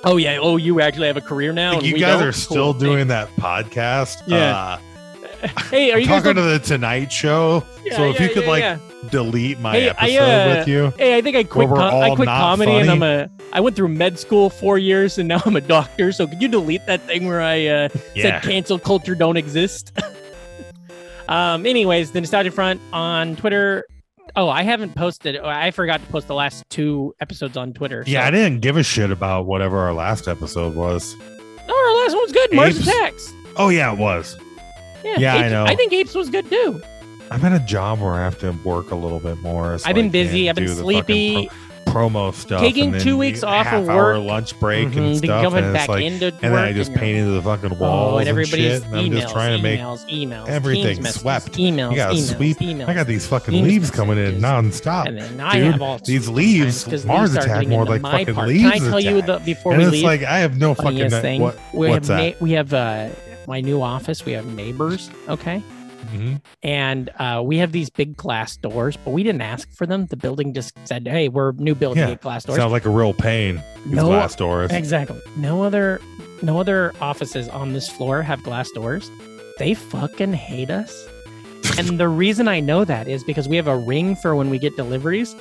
Speaker 2: Oh yeah. Oh, you actually have a career now.
Speaker 3: Like,
Speaker 2: and
Speaker 3: you
Speaker 2: we
Speaker 3: guys
Speaker 2: don't?
Speaker 3: are still
Speaker 2: Cool.
Speaker 3: doing that podcast.
Speaker 2: Yeah.
Speaker 3: Uh,
Speaker 2: Hey, are
Speaker 3: I'm
Speaker 2: you guys
Speaker 3: talking
Speaker 2: still-
Speaker 3: to the Tonight Show?
Speaker 2: Yeah,
Speaker 3: so if
Speaker 2: yeah,
Speaker 3: you could
Speaker 2: yeah,
Speaker 3: like
Speaker 2: yeah.
Speaker 3: delete my
Speaker 2: Hey, I,
Speaker 3: episode
Speaker 2: uh,
Speaker 3: with you.
Speaker 2: Hey, I think I quit.
Speaker 3: we're
Speaker 2: Com- I
Speaker 3: all
Speaker 2: quit
Speaker 3: not
Speaker 2: comedy, and I'm
Speaker 3: funny.
Speaker 2: a. I went through med school four years, and now I'm a doctor. So could you delete that thing where I uh,
Speaker 3: Yeah.
Speaker 2: said cancel culture don't exist? um. Anyways, the Nostalgia Front on Twitter. Oh, I haven't posted. oh, I forgot to post the last two episodes on Twitter.
Speaker 3: Yeah, I
Speaker 2: so.
Speaker 3: didn't give a shit about whatever our last episode was.
Speaker 2: No, our Oh, last one was good. Mars
Speaker 3: Apes.
Speaker 2: Attacks.
Speaker 3: Oh yeah, it was.
Speaker 2: Yeah,
Speaker 3: Yeah, I
Speaker 2: Apes-
Speaker 3: know.
Speaker 2: I think Apes was good too.
Speaker 3: I'm at a job where I have to work a little bit more. so
Speaker 2: I've been
Speaker 3: I
Speaker 2: busy.
Speaker 3: can't
Speaker 2: I've been
Speaker 3: do the fucking
Speaker 2: sleepy.
Speaker 3: pro- promo stuff.
Speaker 2: Taking
Speaker 3: and then
Speaker 2: two weeks
Speaker 3: a
Speaker 2: off
Speaker 3: half
Speaker 2: of
Speaker 3: hour
Speaker 2: work.
Speaker 3: lunch break
Speaker 2: Mhm,
Speaker 3: and
Speaker 2: then
Speaker 3: stuff.
Speaker 2: coming
Speaker 3: And,
Speaker 2: back
Speaker 3: it's like,
Speaker 2: into
Speaker 3: and then
Speaker 2: work
Speaker 3: I just
Speaker 2: you're-
Speaker 3: painted the fucking walls
Speaker 2: Oh, and
Speaker 3: and
Speaker 2: everybody's
Speaker 3: shit.
Speaker 2: emails,
Speaker 3: And I'm just trying to make.
Speaker 2: emails, emails,
Speaker 3: everything
Speaker 2: Teams messages,
Speaker 3: swept.
Speaker 2: Emails,
Speaker 3: You gotta
Speaker 2: emails,
Speaker 3: sweep.
Speaker 2: Emails.
Speaker 3: I got these fucking
Speaker 2: Emails,
Speaker 3: leaves coming in
Speaker 2: messages.
Speaker 3: nonstop.
Speaker 2: And then I
Speaker 3: dude,
Speaker 2: have all
Speaker 3: these
Speaker 2: sorts of
Speaker 3: leaves,
Speaker 2: times, 'cause
Speaker 3: Mars
Speaker 2: these are
Speaker 3: attack
Speaker 2: getting
Speaker 3: more
Speaker 2: into
Speaker 3: like
Speaker 2: my
Speaker 3: fucking
Speaker 2: part.
Speaker 3: leaves
Speaker 2: Can I tell you
Speaker 3: attack.
Speaker 2: the before
Speaker 3: and
Speaker 2: we
Speaker 3: it's
Speaker 2: leave?
Speaker 3: like I have no fucking
Speaker 2: funniest
Speaker 3: ni-
Speaker 2: thing.
Speaker 3: what,
Speaker 2: we
Speaker 3: what's
Speaker 2: have
Speaker 3: that?
Speaker 2: na- we have uh, my new office. We have neighbors. Okay.
Speaker 3: Mhm.
Speaker 2: And uh, we have these big glass doors, but we didn't ask for them. The building just said, "Hey, we're new building,
Speaker 3: Yeah.
Speaker 2: get glass doors."
Speaker 3: Sounds like a real pain. These
Speaker 2: No,
Speaker 3: glass doors.
Speaker 2: Exactly. No other no other offices on this floor have glass doors. They fucking hate us. and the reason I know that is because we have a ring for when we get deliveries.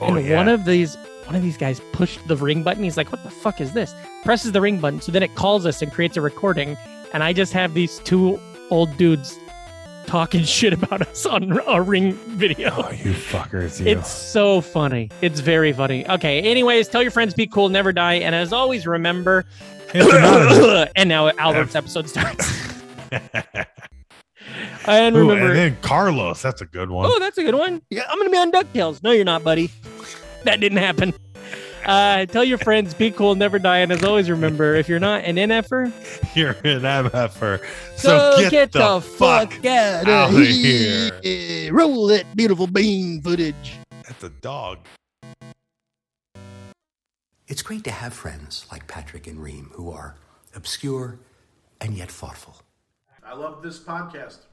Speaker 3: Oh,
Speaker 2: and
Speaker 3: yeah.
Speaker 2: one of these one of these guys pushed the ring button. He's like, "What the fuck is this?" Presses the ring button, so then it calls us and creates a recording. And I just have these two old dudes talking shit about us on a ring video.
Speaker 3: oh, you fuckers. You.
Speaker 2: It's so funny. It's very funny. Okay. Anyways, tell your friends, be cool, never die, and as always, remember.
Speaker 3: It's anonymous.
Speaker 2: and now Albert's episode starts. and
Speaker 3: Ooh,
Speaker 2: remember,
Speaker 3: and then Carlos. That's a good one.
Speaker 2: Oh, that's a good one. Yeah, I'm gonna be on Ducktales. No, you're not, buddy. That didn't happen. Uh, tell your friends, be cool, never die, and as always, remember if you're not an NFer,
Speaker 3: You're an MFer.
Speaker 2: go
Speaker 3: So, get, the, fuck,
Speaker 2: out
Speaker 3: out of here.
Speaker 2: here. Roll that beautiful bean footage.
Speaker 3: That's a dog.
Speaker 9: It's great to have friends like Patrick and Reem who are obscure and yet thoughtful.
Speaker 10: I love this podcast.